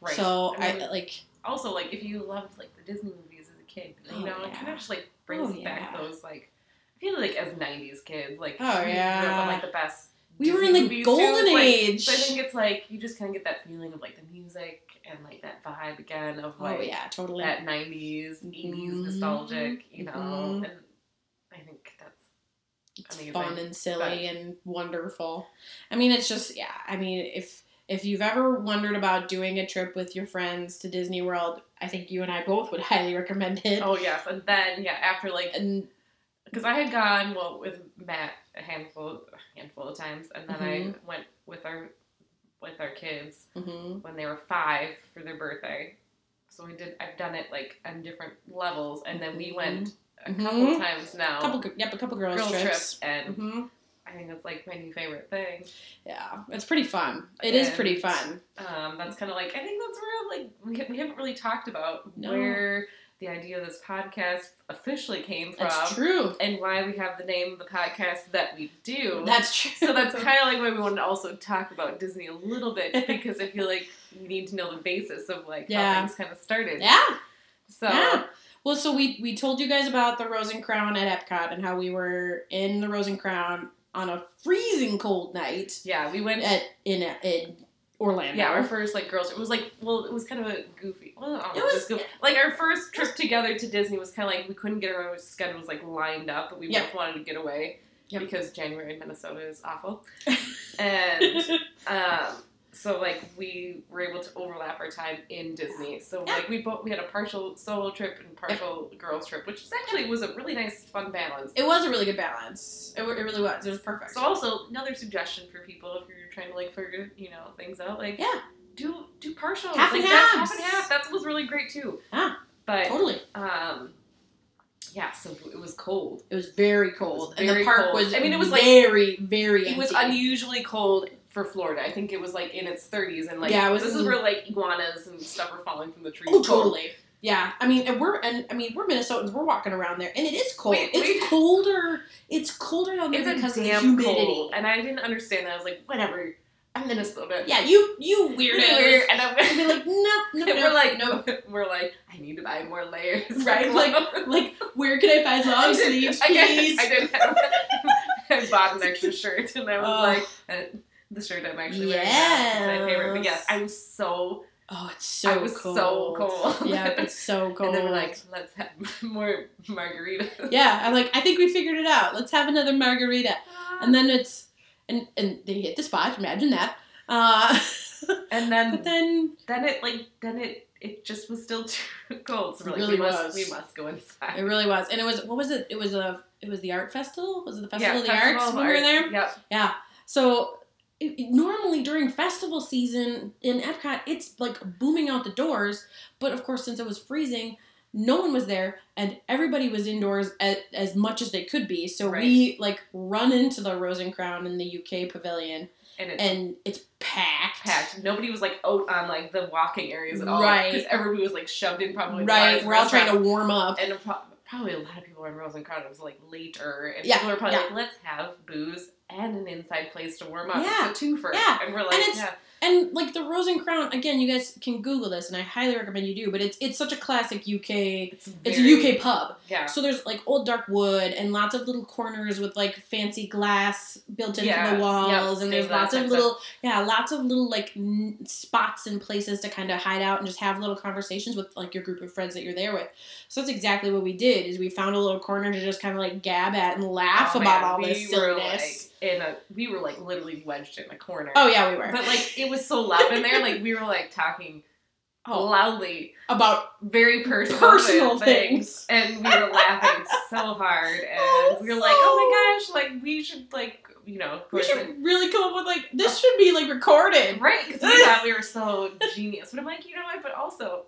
Right. right.
So
I
I,
mean,
like
also like if you loved like the Disney movies as a kid,
Oh,
you know, it
yeah.
kind of just like brings
Oh,
back
yeah.
those like I feel like as '90s kids, like
Oh,
we grew up
yeah.
on, like the best.
we were in
Disney
the
movies, too.
golden
It's like-
age.
So I think it's like you just kind of get that feeling of like the music and like that vibe again of like
oh yeah, totally.
that 90s, 80s
Mhm.
nostalgic, you know,
Mhm.
and I think that's
it's
amazing.
fun and silly and wonderful. I mean, it's just yeah. I mean, if if you've ever wondered about doing a trip with your friends to Disney World, I think you and I both would highly recommend it.
Oh yes, and then yeah, after like
And
because I had gone well with Matt a handful a handful of times, and then
Mm-hmm.
I went with our with our kids
mhm.
when they were five for their birthday. So we did. I've done it like on different levels, and then we went a couple
Mhm.
times now.
Mm-hmm. couple, gr- yep, a couple girls
girls
trips.
trips, and
hmm
I think that's like my new favorite thing.
Yeah, it's pretty fun. It is
And-
pretty fun.
Um, that's kind of like I think that's where like we, ha- we haven't really talked about
No.
where the idea of this podcast officially came from.
That's true.
and why we have the name of the podcast that we do.
That's true.
so that's kind of like why we wanted to also talk about Disney a little bit because I feel like you need to know the basis of like
Yeah.
how things kind of started.
yeah.
So
Yeah. Well, so we we told you guys about the Rosen Crown at Epcot and how we were in the Rosen Crown on a freezing cold night.
yeah, we went.
at in in Orlando.
yeah, our first like girls. It was like well, it was kind of a goofy. Well, I don't
It
know, it
was-
was goofy. like our first trip together to Disney was kind of like we couldn't get our schedules like lined up, but we
Yeah.
both wanted to get away
Yep.
because January in Minnesota is awful. and Um, so like we were able to overlap our time in Disney. So
Yeah.
like we both we had a partial solo trip and partial girls trip, which is actually was a really nice fun balance.
it was a really good balance. It, wa- it really was. It was perfect.
So also another suggestion for people if you're trying to like figure you know things out, like
Yeah.
do do partial
Half
like
and
that
halves.
half and half. That was really great too.
Yeah.
But
totally.
um, yeah. So it was cold.
It was very cold, and the
very
park
cold.
was.
I mean, it was, like-
very very.
It was
empty.
unusually cold for Florida. I think it was like in its 30s, and like
Yeah, it was
this
in-
is where like iguanas and stuff are falling from the trees.
Oh, totally. Yeah, I mean, and we're and I mean we're Minnesotans. We're walking around there, and it is cold.
Wait,
it's
wait.
colder. It's colder out there
It's a
because
damn
of the humidity.
cold, and I didn't understand that. I was like, whatever. I'm Minnesota.
Yeah, you you
Weird.
weirdos.
And I'm
And be like, nope, nope,
And
nope.
we're like, no, we're like, I need to buy more layers.
Right, like, like, where can I find long
I did-
sleeves,
I did-
please?
I did. Have, I bought an extra shirt, and I was
Oh.
like, uh, the shirt I'm actually wearing now is my favorite. But yes,
Yes.
I'm so,
Oh, it's so
I was
cold.
so cold.
Yeah, it's so cold.
And then we're like, let's have more margaritas.
yeah, I'm like, I think we figured it out. Let's have another margarita. And then it's, and and they hit the spot. Imagine that. Uh,
and then,
but then
then it like then it it just was still too cold. So we're
It
like,
really
we must
was.
we must go inside.
it really was, and it was what was it? It was a it was the art festival. Was it the festival of the
Festival
arts
of
when we were
Arts.
there?
Yep.
Yeah. So it, it- normally during festival season in Epcot, it's like booming out the doors. But of course, since it was freezing, no one was there, and everybody was indoors as, as much as they could be. So we like run into the Rosencrown in the UK pavilion,
And it's
and it's packed.
packed. Nobody was like out on like the walking areas at all.
Right.
Because everybody was like shoved in probably. the
Right.
bars,
We're all trying to
restaurants,
warm up.
And pro- probably a lot of people were in Rosencrown. It was like later, and
Yeah,
people were probably
yeah.
like, "Let's have booze and an inside place to warm up."
Yeah,
It's a twofer.
yeah.
And we're like,
And it's-
yeah.
And like the Rose and Crown, again, you guys can Google this, and I highly recommend you do. But it's it's such a classic UK.
It's,
It's
very-
a UK pub.
Yeah.
So there's like old dark wood and lots of little corners with like fancy glass built into
Yeah,
the
yep,
walls, and there's
same
lots
that
of
type
little yeah, lots of little like n- spots and places to kind of hide out and just have little conversations with like your group of friends that you're there with. So that's exactly what we did is we found a little corner to just kind of like gab at and laugh
Oh, man,
about all
we
this
were,
silliness.
like, in a, we were like literally wedged in a corner.
oh yeah, we were
But like it was so loud in there, like we were like talking
Oh.
loudly,
about
very personal,
personal things.
and we were laughing so hard,
Oh,
and we were like, "Oh my gosh! Like we should like you know." of
We
course, like-
should really come up with like this should be like recorded.
Right, because we thought we were so genius. But I'm like, you know what? But also,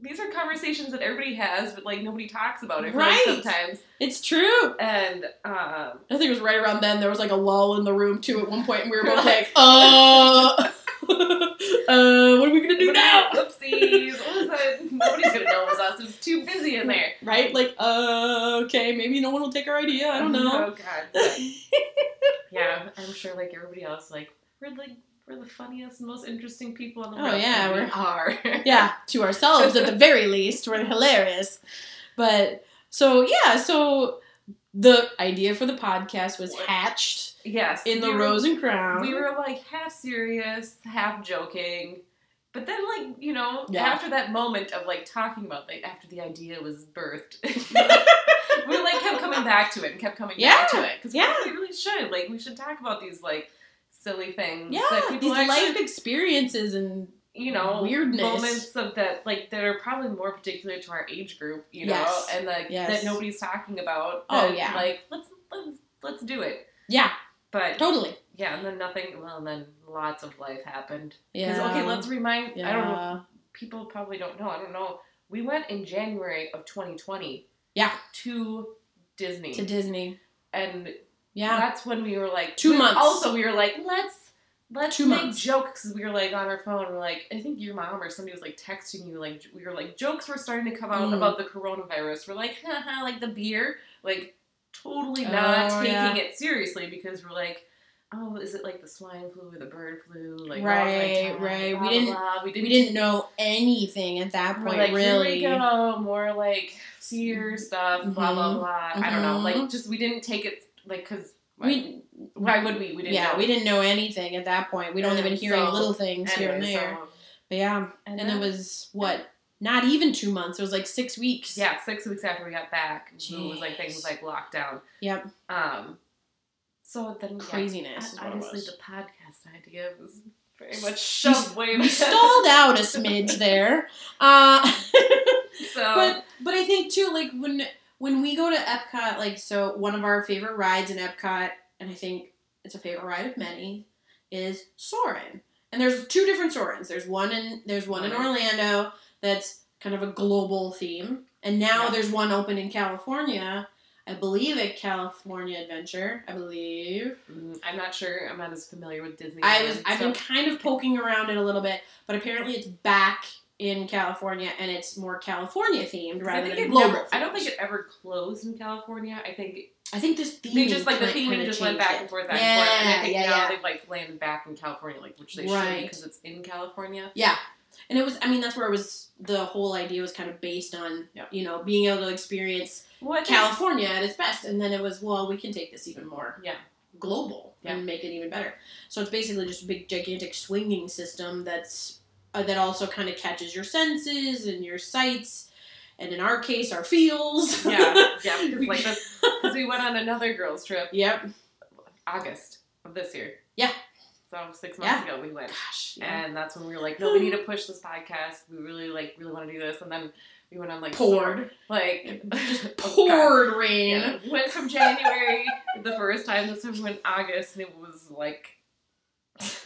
these are conversations that everybody has, but like nobody talks about it. Right.
Right.
sometimes,
It's true.
and um,
I think it was right around then. There was like a lull in the room too. At one point, and we were both like, "Uh, uh, what are we gonna do now?"
Oopsies! All of a sudden, nobody's gonna know it was us. It was too busy in there.
Right? Like, uh, okay, maybe no one will take our idea. I don't know.
Oh god. yeah, I'm sure like everybody else, like we're like we're the funniest, and most interesting people on the
Oh,
road.
yeah,
And we
we're-
are.
yeah, to ourselves at the very least, we're hilarious. But so yeah, so the idea for the podcast was hatched
yes.
in the
we were-
Rose and Crown.
We were like half serious, half joking. But then, like, you know,
Yeah.
after that moment of like talking about, like, after the idea was birthed, we like kept coming back to it and kept coming back to
Yeah,
it. Because
yeah.
we really should. Like, we should talk about these, like, silly things that
yeah,
people
these
actually
life experiences and
you know
Weirdness.
moments of that like that are probably more particular to our age group you know
Yes.
and like
Yes.
that nobody's talking about
Oh,
that,
yeah.
like let's let's let's do it
yeah,
but
totally.
yeah and then nothing well and then lots of life happened 'Cause,
Yeah.
okay let's remind
Yeah.
i don't know people probably don't know i don't know we went in january of 2020
Yeah.
to disney
to Disney.
and
Yeah.
that's when we were like
Two
we-
months.
Also, we were like, let's let's
Two
make
months.
jokes. We were like on our phone. We're like, I think your mom or somebody was like texting you. Like we were like jokes were starting to come out
Mm.
about the coronavirus. We're like, haha, like the beer, like totally not
Oh,
taking
yeah.
it seriously because we're like. Oh, is it like the swine flu or the bird flu? Like oh,
Right,
my God,
right. We
blah,
didn't-
Blah, blah. We
we
didn't.
didn't know anything at that
we're
point,
like,
really. Mm-hmm.
Here we go. More like fear stuff. Blah blah
Mhm.
blah. I don't know.
Mhm.
Like just we didn't take it like because
We-
why would we? We didn't.
yeah,
know.
we didn't know anything at that point. We'd only been
And
hearing
so-
little things here and
Anyway,
there.
so-
but yeah, and, it was what? Not even two months. It was like six weeks.
yeah, six weeks after we got back, it was like
Jeez.
things like lockdown.
Yep.
Um. So then yeah,
Craziness.
hon-
is what it
honestly,
was.
the podcast idea was very much
We-
shoved way
we
back.
stalled out a smidge there. Uh,
So
but but I think too, like when when we go to Epcot, like so one of our favorite rides in Epcot, and I think it's a favorite ride of many, is Soarin'. And there's two different Soarins. There's one in there's one in
Right.
Orlando that's kind of a global theme, and now
Yeah.
there's one open in California. I believe at California Adventure. I believe.
mm, I'm not sure. I'm not as familiar with Disney.
I was I've been kind of poking around it a little bit, but apparently it's back in California and it's more California themed rather
I think
than
it
global.
never- I don't
themed.
think it ever closed in California. I think
I think this theme
They just like the
kinda-
theming
kinda
just went
changed
back
it.
and forth, back
yeah,
and forth, and I think
yeah,
now
yeah.
they've like landed back in California, like which they should
Right.
because it's in California.
Yeah. And it was, I mean, that's where it was, the whole idea was kind of based on,
Yeah.
you know, being able to experience
What
California at its best. And then it was, well, we can take this even more
Yeah,
global and make it even better. So it's basically just a big, gigantic swinging system that's, uh, that also kind of catches your senses and your sights. And in our case, our feels.
yeah, yeah. Because like this, because we went on another girls trip
yep.
August of this year.
Yeah.
So six months ago we went.
Gosh. Yeah.
And that's when we were like, no, we need to push this podcast. We really like really want to do this. And then we went on like
poured.
like
Just
Oh, God.
poured rain.
Yeah. Went from January the first time this time we went August and it was like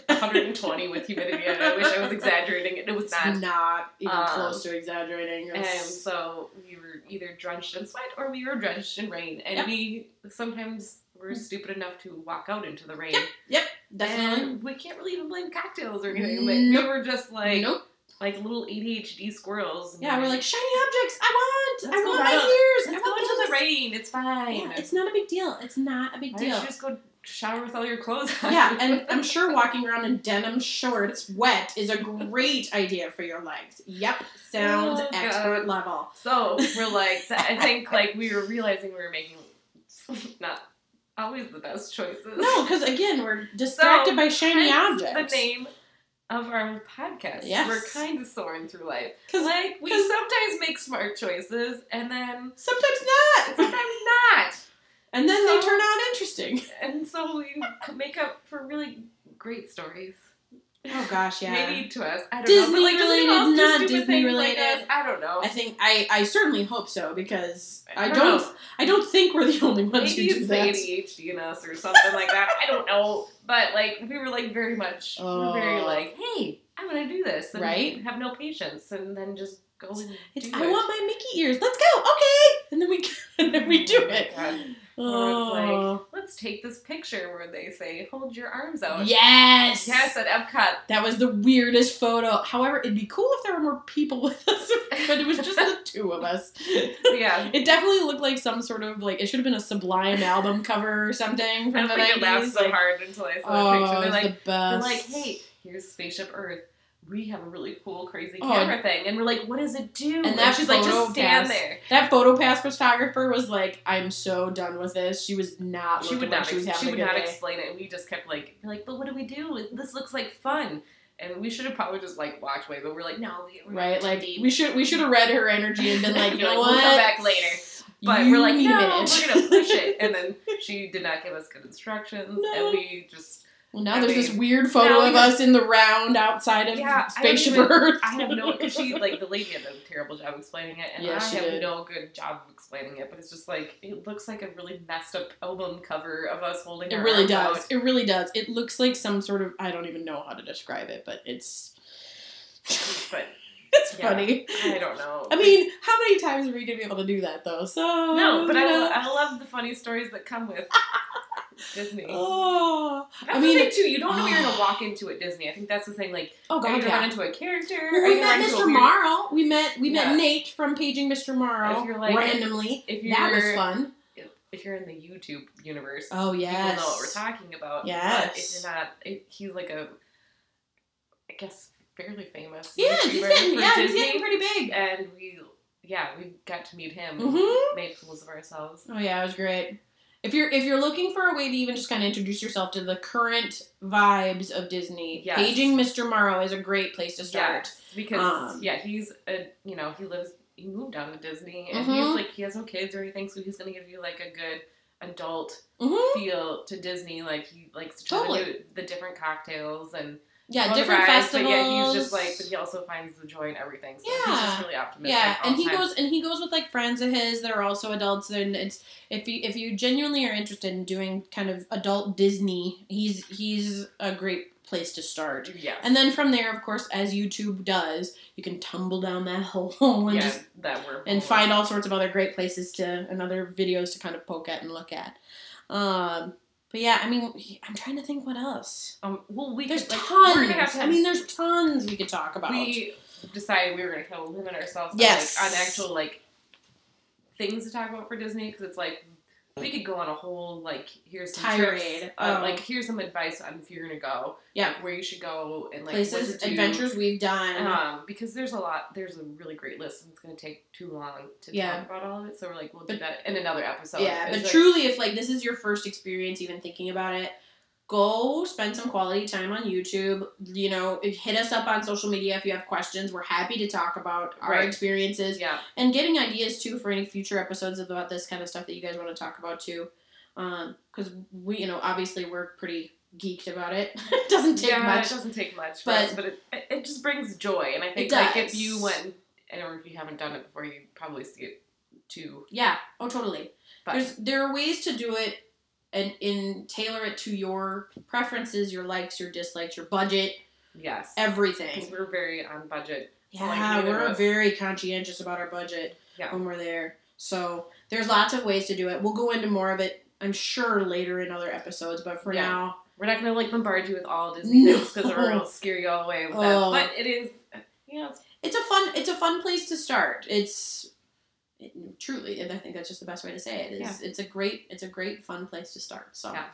120 with humidity. And I wish I was exaggerating. It was
It's
not.
not, even
Um,
close to exaggerating. It
And
was-
so we were either drenched in sweat or we were drenched in rain. And
Yep.
we sometimes were stupid enough to walk out into the rain.
definitely.
And we can't really even blame cocktails or anything. But
Nope.
we were just like
nope.
like little ADHD squirrels.
Yeah, we're like shiny objects. I want.
Let's
I
go
want my
out.
ears.
let's
I
go
want
into the
this."
rain. It's fine.
Yeah, it's not a big deal. It's not a big
Why don't
deal.
you just go shower with all your clothes on?
Yeah, and I'm sure walking around in denim shorts, wet, is a great idea for your legs. Yep, sounds
Oh, God.
expert level.
so we're like, I think like we were realizing we were making not always the best choices.
No, because again, we're distracted by shiny
Hence
objects.
The name of our podcast.
Yes.
We're kind of soaring through life.
'Cause-
like we
'cause-
sometimes make smart choices and then
Sometimes
sometimes
not,
not.
and then they
So-
turn out interesting.
And so we c- make up for really great stories.
Oh gosh, yeah.
Maybe to us. I don't know.
Disney
But like does anyone else
related,
do
not
stupid
Disney
things Like
related.
us? I don't know.
I think I, I certainly hope so because I
I
don't
don't
I don't think we're the only ones
Maybe
who do
it's the
that.
ADHD in us or something like that. I don't know. But like we were like very much we were very
Oh.
like, hey, I'm gonna do this and
Right?
have no patience and then just go and
It's,
do
I
it.
want my Mickey ears. Let's go. Okay. And then we and then we do
Oh my
it.
God.
Oh.
Let's take this picture where they say, hold your arms out.
yes.
Yes, at Epcot.
That was the weirdest photo. However, it'd be cool if there were more people with us, but it was just the two of us.
Yeah.
It definitely looked like some sort of like it should have been a Sublime album cover or something
I
from
don't
the
think
90s.
it laughed so
like,
hard until I saw the
oh,
picture.
it
They're
was
like,
the best.
They're like, hey, here's Spaceship Earth. We have a really cool, crazy
Oh,
camera thing. And we're like, what does it do?
And that
she's like,
photo
just stand
pass-
there.
That photo pass photographer was like, I'm so done with this. She was not.
She would
looking
not,
Like she, was
ex-
having
she
a
would
good
not
day.
explain it. And we just kept like, we're like, but what do we do? This looks like fun. And we should have probably just like walked away, but we're like, no, we- we're
right?
too
Like
deep.
we should we should have read her energy and been like, you
You're
know
like,
what?
we'll come back later. But
You
we're like,
need
no,
it."
we're gonna push it. And then she did not give us good instructions,
No.
and we just
well, now
I
there's this
mean,
weird photo
now we
of
have-
us in the round outside of
Yeah, I don't
spaceship
even-
Earth.
I have no because she like the lady had a terrible job explaining it, and
Yeah,
I
she
have
did.
no good job of explaining it. But it's just like it looks like a really messed up album cover of us holding.
It
our
really
arms
does.
out.
It really does. It looks like some sort of I don't even know how to describe it, but it's
but
it's
Yeah.
funny.
I don't know.
I mean, how many times are we gonna be able to do that though? So
no, but I,
you
lo-
know.
I love the funny stories that come with Disney.
Oh,
That's
I mean-
the thing too. You don't know what you're gonna walk into at Disney. I think that's the thing. Like,
oh
are you
god,
gonna
yeah.
run into a character?
Well,
Are
we
you
met
gonna run into a
Mr.
weird-
Morrow. We met we met
Yeah.
Nate from Paging Mr. Morrow
If you're like-
randomly.
If you're
That was fun.
if you're in the YouTube universe,
Oh
people know what we're
yes.
talking about. But if
Yes.
you're not, if he's like a, I guess, fairly famous.
Yeah, he's
YouTuber
getting
for
yeah he's
Disney.
getting pretty big.
And we, yeah, we got to meet him. and
hmm
Made fools of ourselves.
Oh yeah, it was great. If you're if you're looking for a way to even just kind of introduce yourself to the current vibes of Disney,
Yes.
Paging Mr. Morrow is a great place to start.
Yeah, because
Um,
yeah, he's a you know he lives he moved down to Disney and
Mhm.
he's like he has no kids or anything, so he's gonna give you like a good adult
hmm
feel to Disney. Like he likes to try
Totally.
to do the different cocktails and
Yeah,
love the
different
rides,
festivals.
But yeah, he's just like, but he also finds the joy in everything. So he's
Yeah.
just really optimistic.
Yeah,
all
and
the
he
time.
goes and he goes with like friends of his that are also adults. And it's if you if you genuinely are interested in doing kind of adult Disney, he's he's a great place to start.
Yeah.
And then from there, of course, as YouTube does, you can tumble down that hole and
yeah, Oh,
just
that we're
and find all sorts of other great places to and other videos to kind of poke at and look at. Um, but yeah, I mean, he- I'm trying to think what else.
Um, well, we
There's
could, like, We're
tons.
gonna have to,
I mean, there's tons we could talk about.
we decided we were gonna kind of limit ourselves.
Yes.
To, like, on actual like things to talk about for Disney because it's like We could go on a whole like here's some
Tirade.
trips, uh,
Oh.
like here's some advice on if you're gonna go,
Yeah.
like, where you should go and like what
Places,
to do.
adventures we've done.
Um, because there's a lot, there's a really great list, and it's gonna take too long to
Yeah.
talk about all of it. So we're like, we'll do
But-
that in another episode.
yeah,
It's
but
like-
truly, if like this is your first experience even thinking about it, go spend some quality time on YouTube. You know, hit us up on social media if you have questions. We're happy to talk about our
Right.
experiences
yeah,
and getting ideas too for any future episodes about this kind of stuff that you guys want to talk about too. Because we, you know, obviously we're pretty geeked about it. it doesn't take
yeah,
much.
It doesn't take much, for
But-
us, but it, it just brings joy, and I think
It
like if
does.
you went, and or if you haven't done it before, you probably see it too.
Yeah. Oh, totally.
But
There's there are ways to do it and in tailor it to your preferences, your likes, your dislikes, your budget,
yes, because
everything.
we're very on budget. Well, like
Yeah,
neither of
we're
us-
very conscientious about our budget
Yeah.
when we're there. So there's lots of ways to do it. We'll go into more of it, I'm sure, later in other episodes. But for
Yeah.
now,
We're not gonna like bombard you with all Disney things because
No.
we're gonna scare you all away with
Oh.
that. But it is, yeah, it's
it's a fun it's a fun place to start. It's it, truly, and I think that's just the best way to say it. Is it's a great it's a great fun place to start. So
Yeah.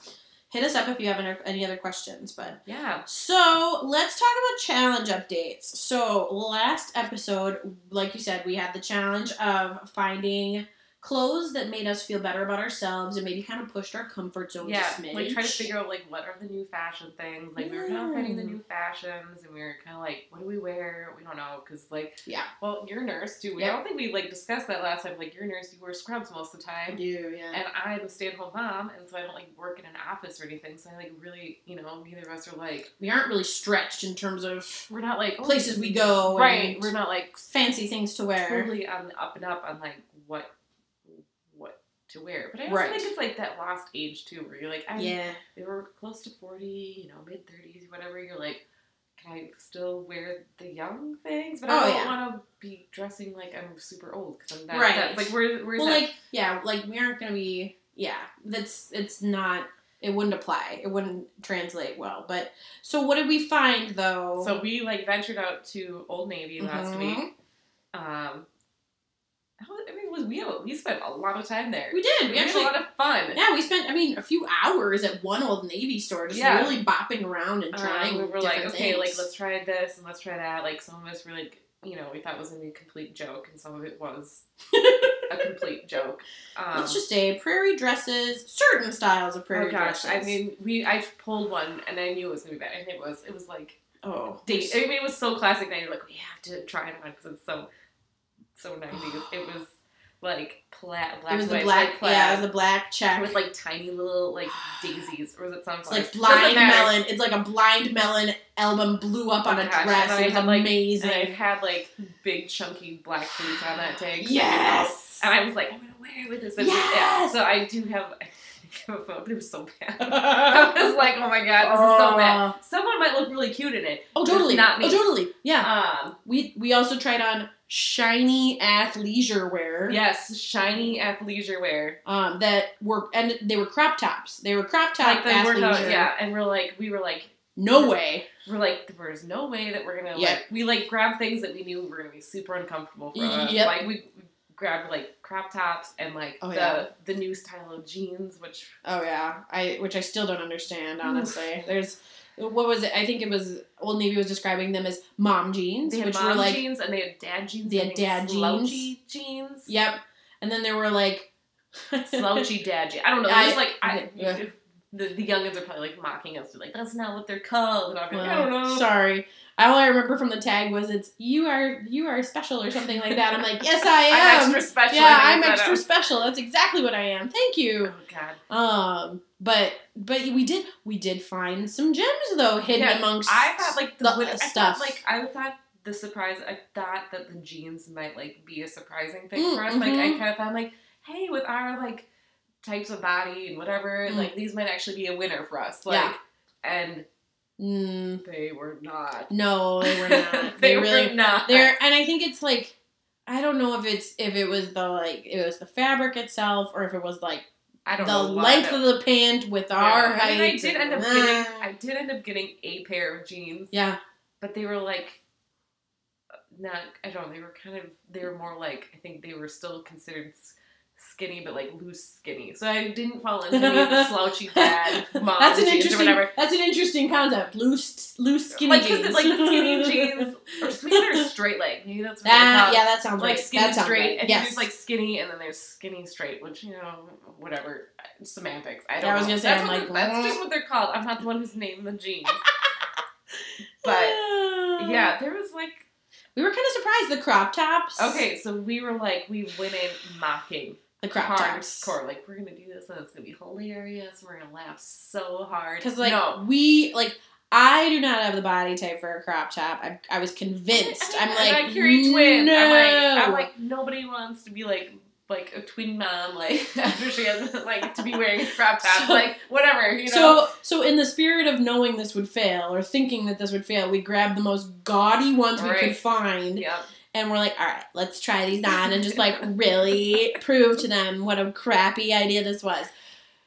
hit us up if you have any, any other questions. But
yeah,
So let's talk about challenge updates. So last episode, like you said, we had the challenge of finding clothes that made us feel better about ourselves and maybe kind of pushed our comfort zone
yeah.
a smidge.
Like try to figure out like what are the new fashion things. Like we were kind of finding the
Yeah.
new fashions, and we were kind of like, what do we wear? We don't know because like,
Yeah.
Well, you're a nurse too. We
Yeah.
don't think we like discussed that last time. Like you're a nurse, you wear scrubs most of the
I
time.
do, yeah.
And I'm a stay-at-home mom, and so I don't like work in an office or anything. So I like really, you know, neither of us are like
we aren't really stretched in terms of
we're not like oh,
Places we go
Right,
and-
we're not like
fancy things to wear.
totally on the up and up on like what what to wear. But I also
Right.
think it's like that lost age too, where you're like, I'm,
Yeah.
they were close to forty, you know, mid thirties, whatever. You're like, can I still wear the young things? But
Oh,
I don't
yeah.
want to be dressing like I'm super old because I'm that.
Right.
That's like where where's
Well,
that?
like yeah, like we aren't gonna be yeah. That's it's not. It wouldn't apply. It wouldn't translate well. But so what did we find though?
so we like ventured out to Old Navy last
Mhm.
week. Um, I don't- I mean, it was we we spent a lot of time there.
we did. We,
We had
actually
a lot of fun.
Yeah, we spent, I mean, a few hours at one old Navy store just
Yeah.
really bopping around and trying
Um, we were like,
different
okay,
things.
like let's try this and let's try that. Like some of us were like, you know, we thought it was gonna be a complete joke, and some of it was a complete joke. Um,
Let's just say prairie dresses, certain styles of prairie
oh gosh,
dresses.
I mean, we I pulled one and I knew it was gonna be bad, and it was. It was like
oh,
date. I mean, it was so classic. Now you're like, we have to try it on because it's so so nineties. it was like plaid, black,
it was the
white,
black,
like plaid.
yeah, it was the black check.
with like tiny little like daisies, or was it
it's
sunflowers?
like
Doesn't
blind
matter. Oh,
melon. It's like a blind melon album blew up on a
Gosh,
dress.
and I
It was
had, like-
amazing.
And I had like big chunky black boots on that day. 'cause, you know,
yes.
And I was like, I'm gonna wear it with this. And
Yes!
So I do have, I have a photo, but it was so bad. I was like, oh my god, this is so bad.
Oh.
Someone might look really cute in it.
Oh, totally.
It's not me.
Oh, totally. Yeah.
Um,
we we also tried on shiny athleisure wear.
yes, shiny athleisure wear.
um, that were and they were crop tops. They were crop top
Like the workout,
athleisure.
yeah. And we're like, we were like,
No way.
we're like, there's no way that we're gonna
Yeah.
like, we like grabbed things that we knew were gonna be super uncomfortable for us.
Yep.
Like we grabbed like crop tops and like
Oh,
the
yeah.
the new style of jeans, which
Oh yeah. I which I still don't understand honestly. There's what was it? I think it was Old Navy was describing them as mom jeans,
They had
which
mom
were like
jeans and they had dad jeans.
They
and
had
they had
dad
slouchy jeans.
yep. And then there were like
slouchy dad jeans. I don't know. It was
I-
like I,
yeah.
the the youngins are probably like mocking us. They're like, that's not what they're called. And I'm like, I
Well,
don't know.
Sorry. All I remember from the tag was it's you are you are special or something like that. I'm like, yes I
I'm
am.
extra special.
yeah,
I
I'm
think
extra
that
special. That's exactly what I am. Thank you.
I'm- Oh god.
Um, but but we did we did find some gems though hidden
Yeah,
amongst.
I thought like the,
the
wood- I thought,
stuff.
like I thought the surprise. I thought that the jeans might like be a surprising thing
Mm,
for us. Like I
mhm.
kind of thought like, hey, with our like types of body and whatever,
Mm.
like these might actually be a winner for us. Like,
Yeah.
and
Mm,
they were not.
no, they were not. they, really
were not.
there, and I think it's like I don't know if it's if it was the like it was the fabric itself or if it was like
I don't
the
know why
length
that-
of the pant with
Yeah.
our
I
height.
mean, I did end up
and-
getting. I did end up getting a pair of jeans,
yeah,
but they were like. Not, I don't. know, They were kind of. They were more like. I think they were still considered s- skinny, but like loose skinny. So I didn't fall into any of the slouchy dad mom
that's an
uh, jeans
interesting.
or whatever.
That's an interesting concept. Loose, loose skinny
like, 'cause
jeans.
it's like the skinny jeans, or just maybe they're straight leg. Maybe that's what they're
That
called.
Ah, yeah, that sounds
Like
right.
skinny
that sounds
straight,
Right.
and
Yes.
there's like skinny, and then there's skinny straight, which you know, whatever uh, semantics. I don't.
Yeah, I was
know.
gonna say,
that's
I'm
what
like,
the- that's just what they're called. I'm not the one who's named the jeans, but
Uh.
yeah, there was like
we were kind of surprised. The crop tops.
okay, so we were like we went in mocking
the crop tops.
hardcore, like we're gonna do this and it's gonna be hilarious. We're gonna laugh so hard
Because like
no.
we like I do not have the body type for a crop top. I, I was convinced.
I
I'm
mean,
like,
and I carry twins.
No.
I'm like, I'm like nobody wants to be like like a twin mom like after she has like to be wearing a crop top
So-
like whatever you know.
So, so in the spirit of knowing this would fail or thinking that this would fail, we grabbed the most gaudy ones we
Right.
could find,
yeah.
and we're like, "All right, let's try these on and just like really prove to them what a crappy idea this was."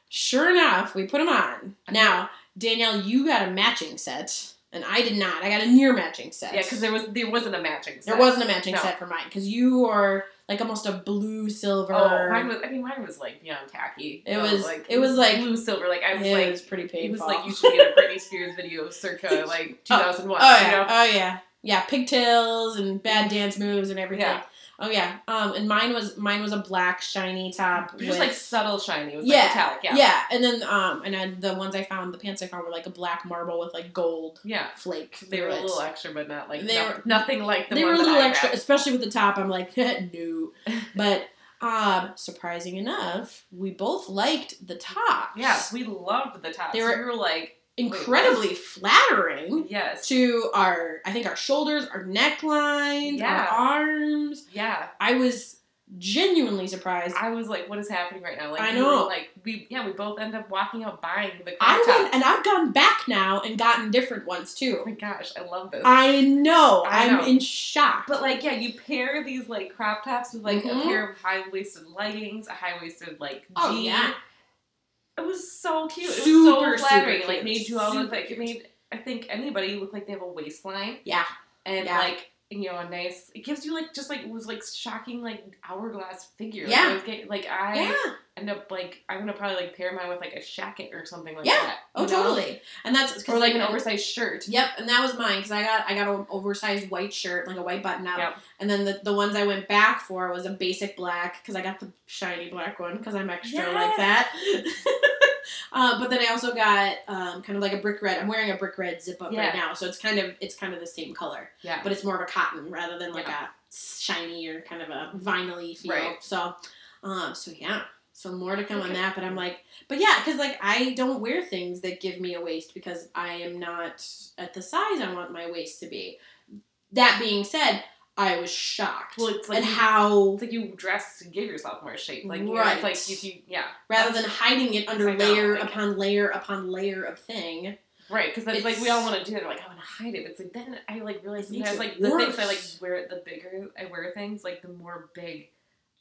Sure enough, we put them on. Now, Danielle, you got a matching set, and I did not. I got a near matching set.
Yeah, because there was there wasn't a matching. Set.
There wasn't a matching
No.
set for mine because you were like almost a blue silver.
Oh, mine was. I mean, mine was like beyond tacky.
It
So,
was- it was, like-
blue silver. Like I was
it
like,
was pretty
it was
painful.
like you should get a Britney Spears video circa like 2001.
oh
you
yeah,
know?
oh yeah, yeah, pigtails and bad dance moves and everything.
Yeah.
Oh yeah, um, and mine was mine was a black shiny top.
It was
with-
just like subtle shiny. It was
Yeah,
like metallic. Yeah.
yeah. and then um, and I, the ones I found, the pants I found were like a black marble with like gold
Yeah.
flake.
They were
through
a
it.
little extra, but not like
They
no-
were-
nothing like the
they
one
were a
that
little
I
extra,
grabbed.
especially with the top. I'm like, no, but um, surprising enough, we both liked the tops.
Yeah, we loved the tops.
They
We
were-
were, like,
incredibly flattering
yes,
to our I think our shoulders, our necklines,
Yeah.
our arms.
yeah.
I was genuinely surprised.
I was like, what is happening right now? Like,
I
we
know.
were, like we, yeah, we both end up walking out buying the crop
I
tops.
went and I've gone back now and gotten different ones
Oh my
too.
gosh, I love this.
I know.
I
I'm
know.
in shock.
But like, yeah, you pair these like crop tops with like
Mhm.
a pair of high waisted leggings, a high waisted like jean.
Oh, yeah.
It was so cute. It was
Super,
so flattering.
super
Like
cute.
made you all look
Super
like it made I think anybody look like they have a waistline
yeah.
and
Yeah.
like you know a nice. It gives you like just like it was like shocking like hourglass figure. Like,
Yeah.
I was getting- like I
Yeah.
end up like I'm gonna probably like pair mine with like a jacket or something like
Yeah.
that.
Oh
you know?
totally. And that's
Or like an oversized shirt.
Yep, and that was mine because I got I got an oversized white shirt, like a white button up,
Yep.
and then the, the ones I went back for was a basic black because I got the shiny black one because I'm extra like
Yes.
that. uh, but then I also got um, kind of like a brick red. I'm wearing a brick red zip up
Yeah.
right now, so it's kind of it's kind of the same color,
Yeah.
but it's more of a cotton rather than like
Yeah.
a shiny or kind of a vinyl-y feel.
Right.
So, um, so yeah. So more to come on
Okay.
that, but I'm like, but yeah, because like I don't wear things that give me a waist because I am not at the size I want my waist to be. That being said, I was shocked
Well, it's
at
like you-
how
It's like you dress to give yourself more shape. Like
Right.
you know, it's like if you yeah.
rather than hiding it under
I know,
layer
like-
upon layer upon layer of thing.
Right, because that's like we all
It's-
want to do that. We're like I want to hide it. It's like then I like realize
It makes
sometimes
it
like the things I like
worse.
wear, the bigger I wear things, like the more big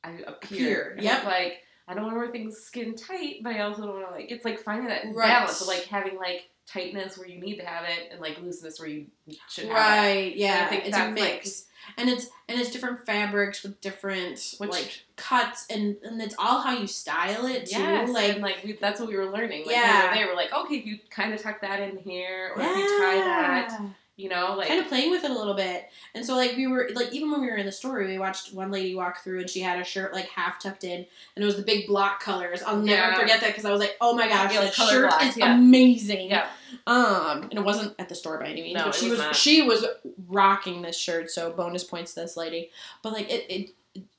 I
Appear,
appear. And
yep.
it's Like I don't want to wear things skin tight, but I also don't want to like it's like finding that
Right.
balance of like having like tightness where you need to have it and like looseness where you should have it.
Right, yeah.
I think
It's a
that's, like-
mix. and it's and it's different fabrics with different
Which-
like cuts and and it's all how you style it too.
Yes,
like
and like we, that's what we were learning. Like
Yeah.
they were like, okay, if you kind of tuck that in here, or if you tie that,
Yeah.
you know, like
kind of playing with it a little bit. And so like we were like even when we were in the story, we watched one lady walk through and she had a shirt like half tucked in, and it was the big block colors. I'll never
Yeah.
forget that because I was like, oh my gosh,
Yeah, it was
that
color
shirt
blocks,
is
yeah.
amazing.
yeah,
Um, and it wasn't at the store by any means,
No,
but
it
she was,
was not.
she was rocking this shirt, so bonus points to this lady. But like it it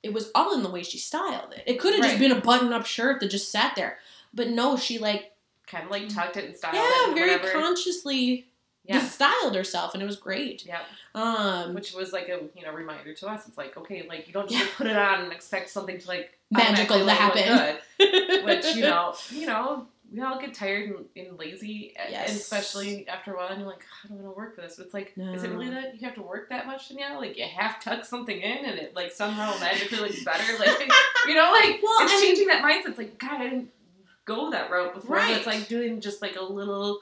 it was all in the way she styled it. It could have just
Right.
been a button up shirt that just sat there. But no, she like
kind of like tucked it and styled it.
Mm-hmm. yeah,
and
very
whatever.
consciously
yeah,
styled herself and it was great.
yeah.
Um
which was like a you know reminder to us. It's like okay, like you don't just
Yeah.
like, put it on and expect something to like
Magical to
automatically, like,
happen.
look good. Which you know, you know, we all get tired and, and lazy, and-
Yes.
and especially after a while, and you're like, I don't want to work for this. But it's like, is it
No.
really that you have to work that much? And yeah, like you half tuck something in, and it like somehow magically looks better. Like you know, like
Well,
it's
I mean-
changing that mindset. It's like God, I didn't go that route before. But
Right.
it's like doing just like a little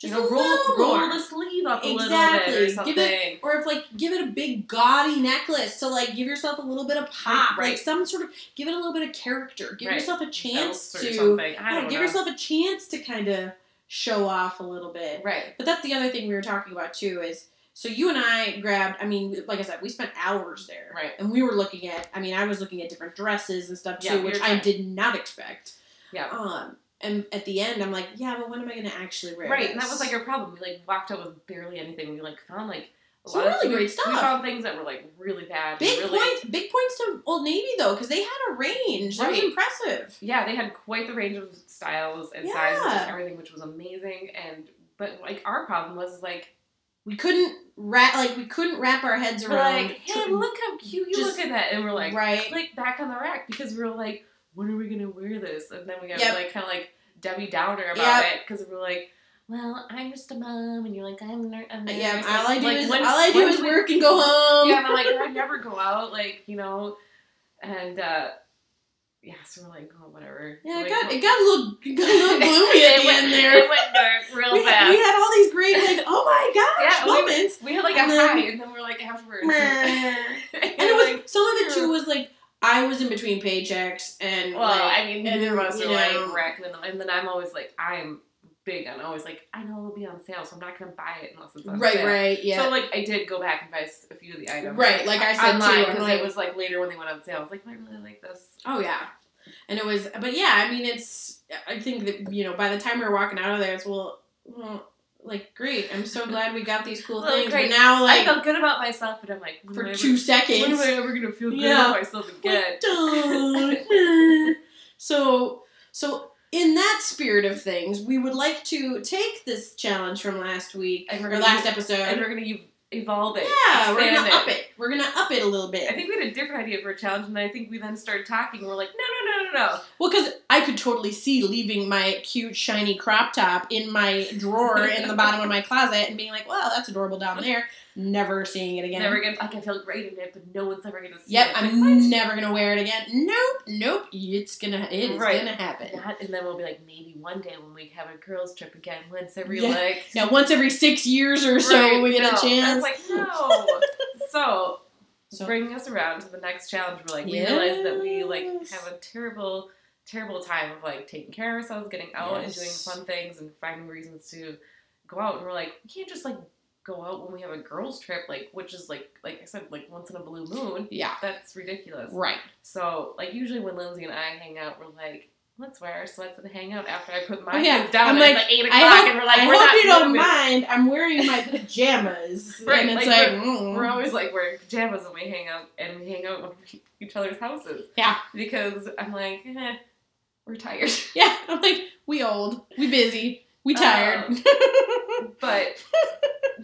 you
Just
know,
a
roll
little
roll
more.
the sleeve up a
Exactly.
little bit or something.
Give it- Or if like give it a big gaudy necklace to like give yourself a little bit of pop,
Right.
like some sort of give it a little bit of character. Give
Right.
yourself a chance
Else or
to
something. I
yeah,
don't
give
know.
yourself a chance to kind of show off a little bit.
right.
But that's the other thing we were talking about too is so you and I grabbed. I mean, like I said, we spent hours there,
Right.
And we were looking at. I mean, I was looking at different dresses and stuff too,
Yeah, we were
which I
trying-
did not expect.
Yeah.
Um. And at the end, I'm like, yeah, but when am I going to actually wear?
Right, and that
this?
was like our problem. We like walked out with barely anything. We like found like a
Some
lot of
really
we-
great
We
stuff.
found things that were like really bad. and
Big
really,
points. Big points to Old Navy though, because they had a range. That was
Right.
impressive.
Yeah, they had quite the range of styles and sizes and
Yeah.
everything, which was amazing. And but like our problem was like
We couldn't wrap like we couldn't wrap our heads
we're
around.
like hey, look how cute you
just-
look at that, and we're like
right.
like back on the rack because we were like, when are we gonna wear this? And then we got
Yep.
like kind of like Debbie Downer about
Yep.
it because we were like. Well, I'm just a mom, and you're like, I'm. a ner- a nurse.
yeah. All I do
Like,
is
when-
all I do
when
is
we-
work and go home.
yeah, and I'm like, I never go out, like, you know, and uh yeah, so we're like, oh, whatever.
Yeah, it
Like,
got, it got a little, it got a little gloomy
It
at the
went-
end there.
It went dark real
We had,
fast.
we had all these great, like, oh my gosh
Yeah, we-
moments.
we had like a
and then-
high, and then we're like afterwards.
Meh.
and
and it was, some of it too was like, I was in between paychecks and,
well,
like,
I mean, neither of us
you
are
know.
like wrecked, and, and then I'm always like, I'm big, and always like, I know it'll be on sale, so I'm not gonna buy it unless it's on
right,
sale.
right, yeah.
So like I did go back and buy s- a few of the items.
right, like I said
Online
too. I'm
because
like,
it was like later when they went on sale. I was like, I really like this.
oh yeah. And it was, but yeah, I mean, it's, I think that, you know, by the time we were walking out of there, it's, well, well like, great. I'm so glad we got these cool
Well,
things.
great.
But now,
I
like,
felt good about myself, but I'm like, when am I
for
ever-
two seconds.
When am I ever gonna feel good
Yeah.
about myself again?
Dun. so so in that spirit of things, we would like to take this challenge from last week
And we're
or
gonna
last
do-
episode.
And we're gonna ev- evolve it.
yeah, we're
expand
gonna up it. We're gonna up it a little
I
bit.
think we had a different idea for a challenge, and I think we then started talking. And we're like, no, no, no, no, no.
Well, because I could totally see leaving my cute shiny crop top in my drawer in the bottom of my closet and being like, "Well, that's adorable down there." Never seeing it again.
Never again. I can feel great in it, but no one's ever gonna see
Yep,
it.
I'm
Like, what?
never gonna wear it again. Nope, nope. It's gonna. It is
Right.
gonna happen.
Not- and then we'll be like, maybe one day when we have a girls' trip again, once every
Yeah.
like.
Now, once every six years or so,
Right,
when we get
no.
a chance.
It's like no. so,
So-
bringing us around to the next challenge, we're like we
Yes.
realize that we like have a terrible, terrible time of like taking care of ourselves, getting out, and doing
Yes.
fun things, and finding reasons to go out. And we're like, we can't just like go out when we have a girls' trip, like which is like like I said, like once in a blue moon.
yeah,
That's ridiculous.
right.
So like usually when Lindsay and I hang out, we're like. Let's wear our sweats and hang out after I put my
Oh, yeah.
kids down.
I'm
and it's,
like,
like eight o'clock,
I hope,
and we're like,
I
we're
hope
not
you don't
moving.
mind. I'm wearing my pajamas.
Right,
and it's
like,
like,
we're-
mm.
We're always like wearing pajamas when we hang out and we hang out with each other's houses.
Yeah.
Because I'm like, eh, we're tired.
yeah, I'm like, we old, we busy, we tired.
Um, but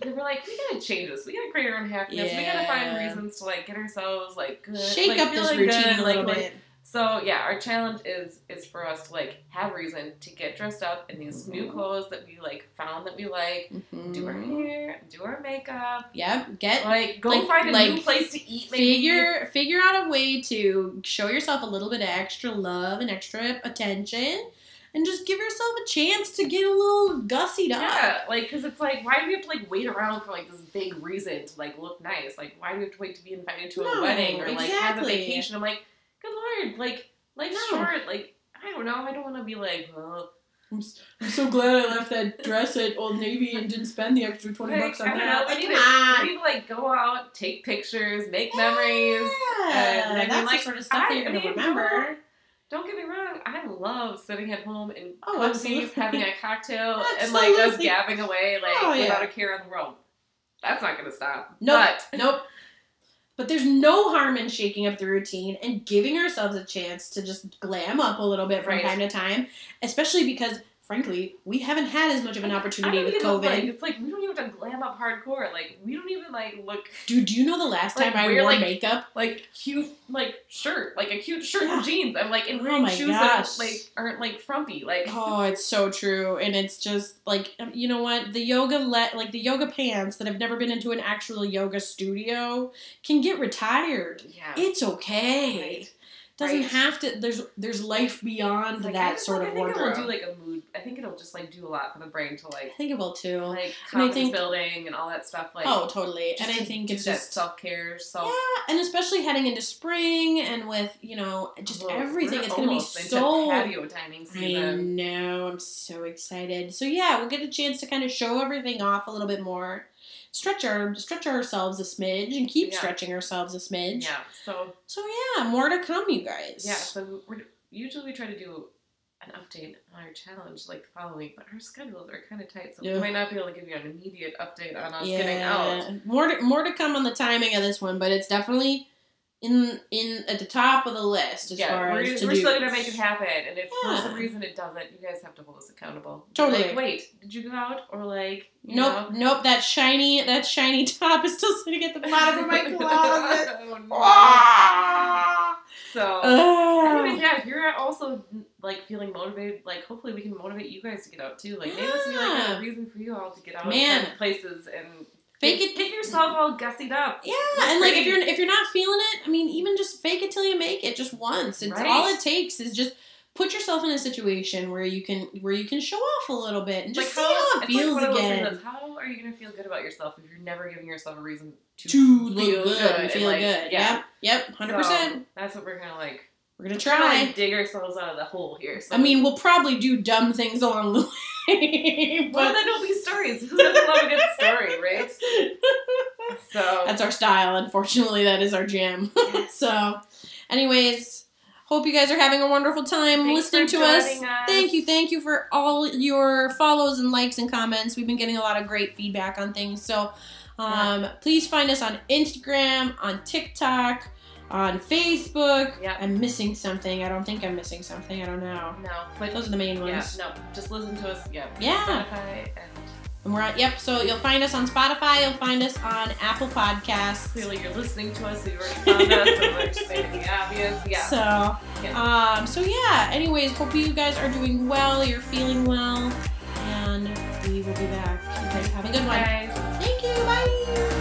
they we're like, we gotta change this. We gotta create our own happiness. We gotta find
Yeah.
reasons to like get ourselves like good,
Shake
like,
up this
feeling
routine
good,
a little
like,
bit.
So yeah, our challenge is is for us to like have reason to get dressed up in these new
Mhm.
clothes that we like found that we like. Do our
Mhm.
hair, do our makeup,
Yep, get
like go
Like-
find a new
like,
place to eat. maybe.
figure figure out a way to show yourself a little bit of extra love and extra attention, and just give yourself a chance to get a little gussied up.
Yeah, like, cause it's like, why do we have to like wait around for like this big reason to like look nice? Like, why do we have to wait to be invited to a
No,
wedding or like have a
exactly.
vacation? I'm like, good lord, like, life's
No.
short. Like, I don't know. I don't want to be like, well,
I'm so glad I left that dress at Old Navy and didn't spend the extra twenty
like,
bucks on
I don't
that.
know. We need,
come
to,
on.
we need to like go out, take pictures, make memories.
Yeah,
and then
that's
like,
the sort of stuff that
I
you're gonna
mean,
remember.
Don't get me wrong. I love sitting at home and
Oh, absolutely.
having a cocktail and like us
Absolutely.
gabbing away like
Oh, yeah.
without a care in the world. That's not gonna stop.
Nope.
But
Nope. But there's no harm in shaking up the routine and giving ourselves a chance to just glam up a little bit from
Right.
time to time, especially because, frankly, we haven't had as much of an
I
opportunity
don't
with
even
COVID.
Like, it's like we don't even have to glam up hardcore. Like we don't even like look
Dude, do you know the last
Like,
time I
we're,
wore
like-
makeup?
like cute like shirt, like a cute shirt
Yeah.
and jeans. I'm like in
Oh
wearing
my
shoes
gosh.
that like aren't like frumpy. Like
Oh, it's so true, and it's just like um, you know what the yoga let like the yoga pants that have never been into an actual yoga studio can get retired.
yeah,
It's okay.
Right.
Doesn't
Right.
have to. There's there's life beyond
Like, I
that
just-
sort
like,
of
I think
wardrobe.
it'll do like a mood. I think it'll just like do a lot for the brain to
I
like
think it will too.
like
And I
confidence
think-
building and all that stuff. Like
oh, totally.
just
And I
to
think
do
it's
that
just
self care. So
yeah, and especially heading into spring and with you know just everything, it's gonna be so.
patio dining
I
season.
know. I'm so excited. So yeah, we'll get a chance to kind of show everything off a little bit more, stretch our stretch ourselves a smidge, and keep
Yeah.
stretching ourselves a smidge.
Yeah. So
So yeah, more to come, you guys.
yeah. So we're, usually we try to do an update on our challenge like the following week, but our schedules are kind of tight, so
Yeah.
we might not be able to give you an immediate update on us getting out.
More to, more to come on the timing of this one, but it's definitely in in at the top of the list as
yeah,
far
we're,
as to
we're still
do's.
gonna make it happen, and if for
Yeah.
some reason it doesn't, you guys have to hold us accountable.
Totally.
Like, wait, did you go out or like? you
Nope,
know?
nope. That shiny, that shiny top is still sitting at the bottom of my closet.
oh, no.
Ah!
So. Anyways,
Ugh.
yeah, if you're also like feeling motivated, like hopefully we can motivate you guys to get out too. Like maybe this will be like
Yeah.
a reason for you all to get out
Man.
of certain places and
Fake
get,
it-
get yourself all gussied up.
Yeah, and like if
pretty.
you're if you're not feeling it, I mean, even just fake it till you make it, just once. It's
Right.
all it takes is just put yourself in a situation where you can where you can show off a little bit and
Like,
just see how it
it's
feels
like one of those things
again.
that's, How are you gonna feel good about yourself if you're never giving yourself a reason to,
to
feel
look good and feel
like,
good.
Yeah,
Yep, yep, hundred percent.
So, that's what we're gonna like
We're gonna
try to
try.
like, dig ourselves out of the hole here. So.
I mean, we'll probably do dumb things along the way,
well,
but
then it'll be stories. Who doesn't love a good story, right? So
that's our style. Unfortunately, that is our jam. so, anyways, hope you guys are having a wonderful time
Thanks
listening
for
to us.
joining us.
Thank you, thank you for all your follows and likes and comments. We've been getting a lot of great feedback on things. So, um, please find us on Instagram, on TikTok, on Facebook.
Yeah.
I'm missing something. I don't think I'm missing something. I don't know.
No, but
Those are the main
yeah,
ones. Ah.
no, just listen to us. Yeah,
yeah.
Spotify and
And we're on, yep, so you'll find us on Spotify, you'll find us on Apple Podcasts.
clearly you're listening to us, so you already found us. So we're just stating the obvious. Yeah.
So, um, so yeah, anyways, hope you guys are doing well, you're feeling well, and we will be back. You guys have a good one.
Guys.
Thank you, bye.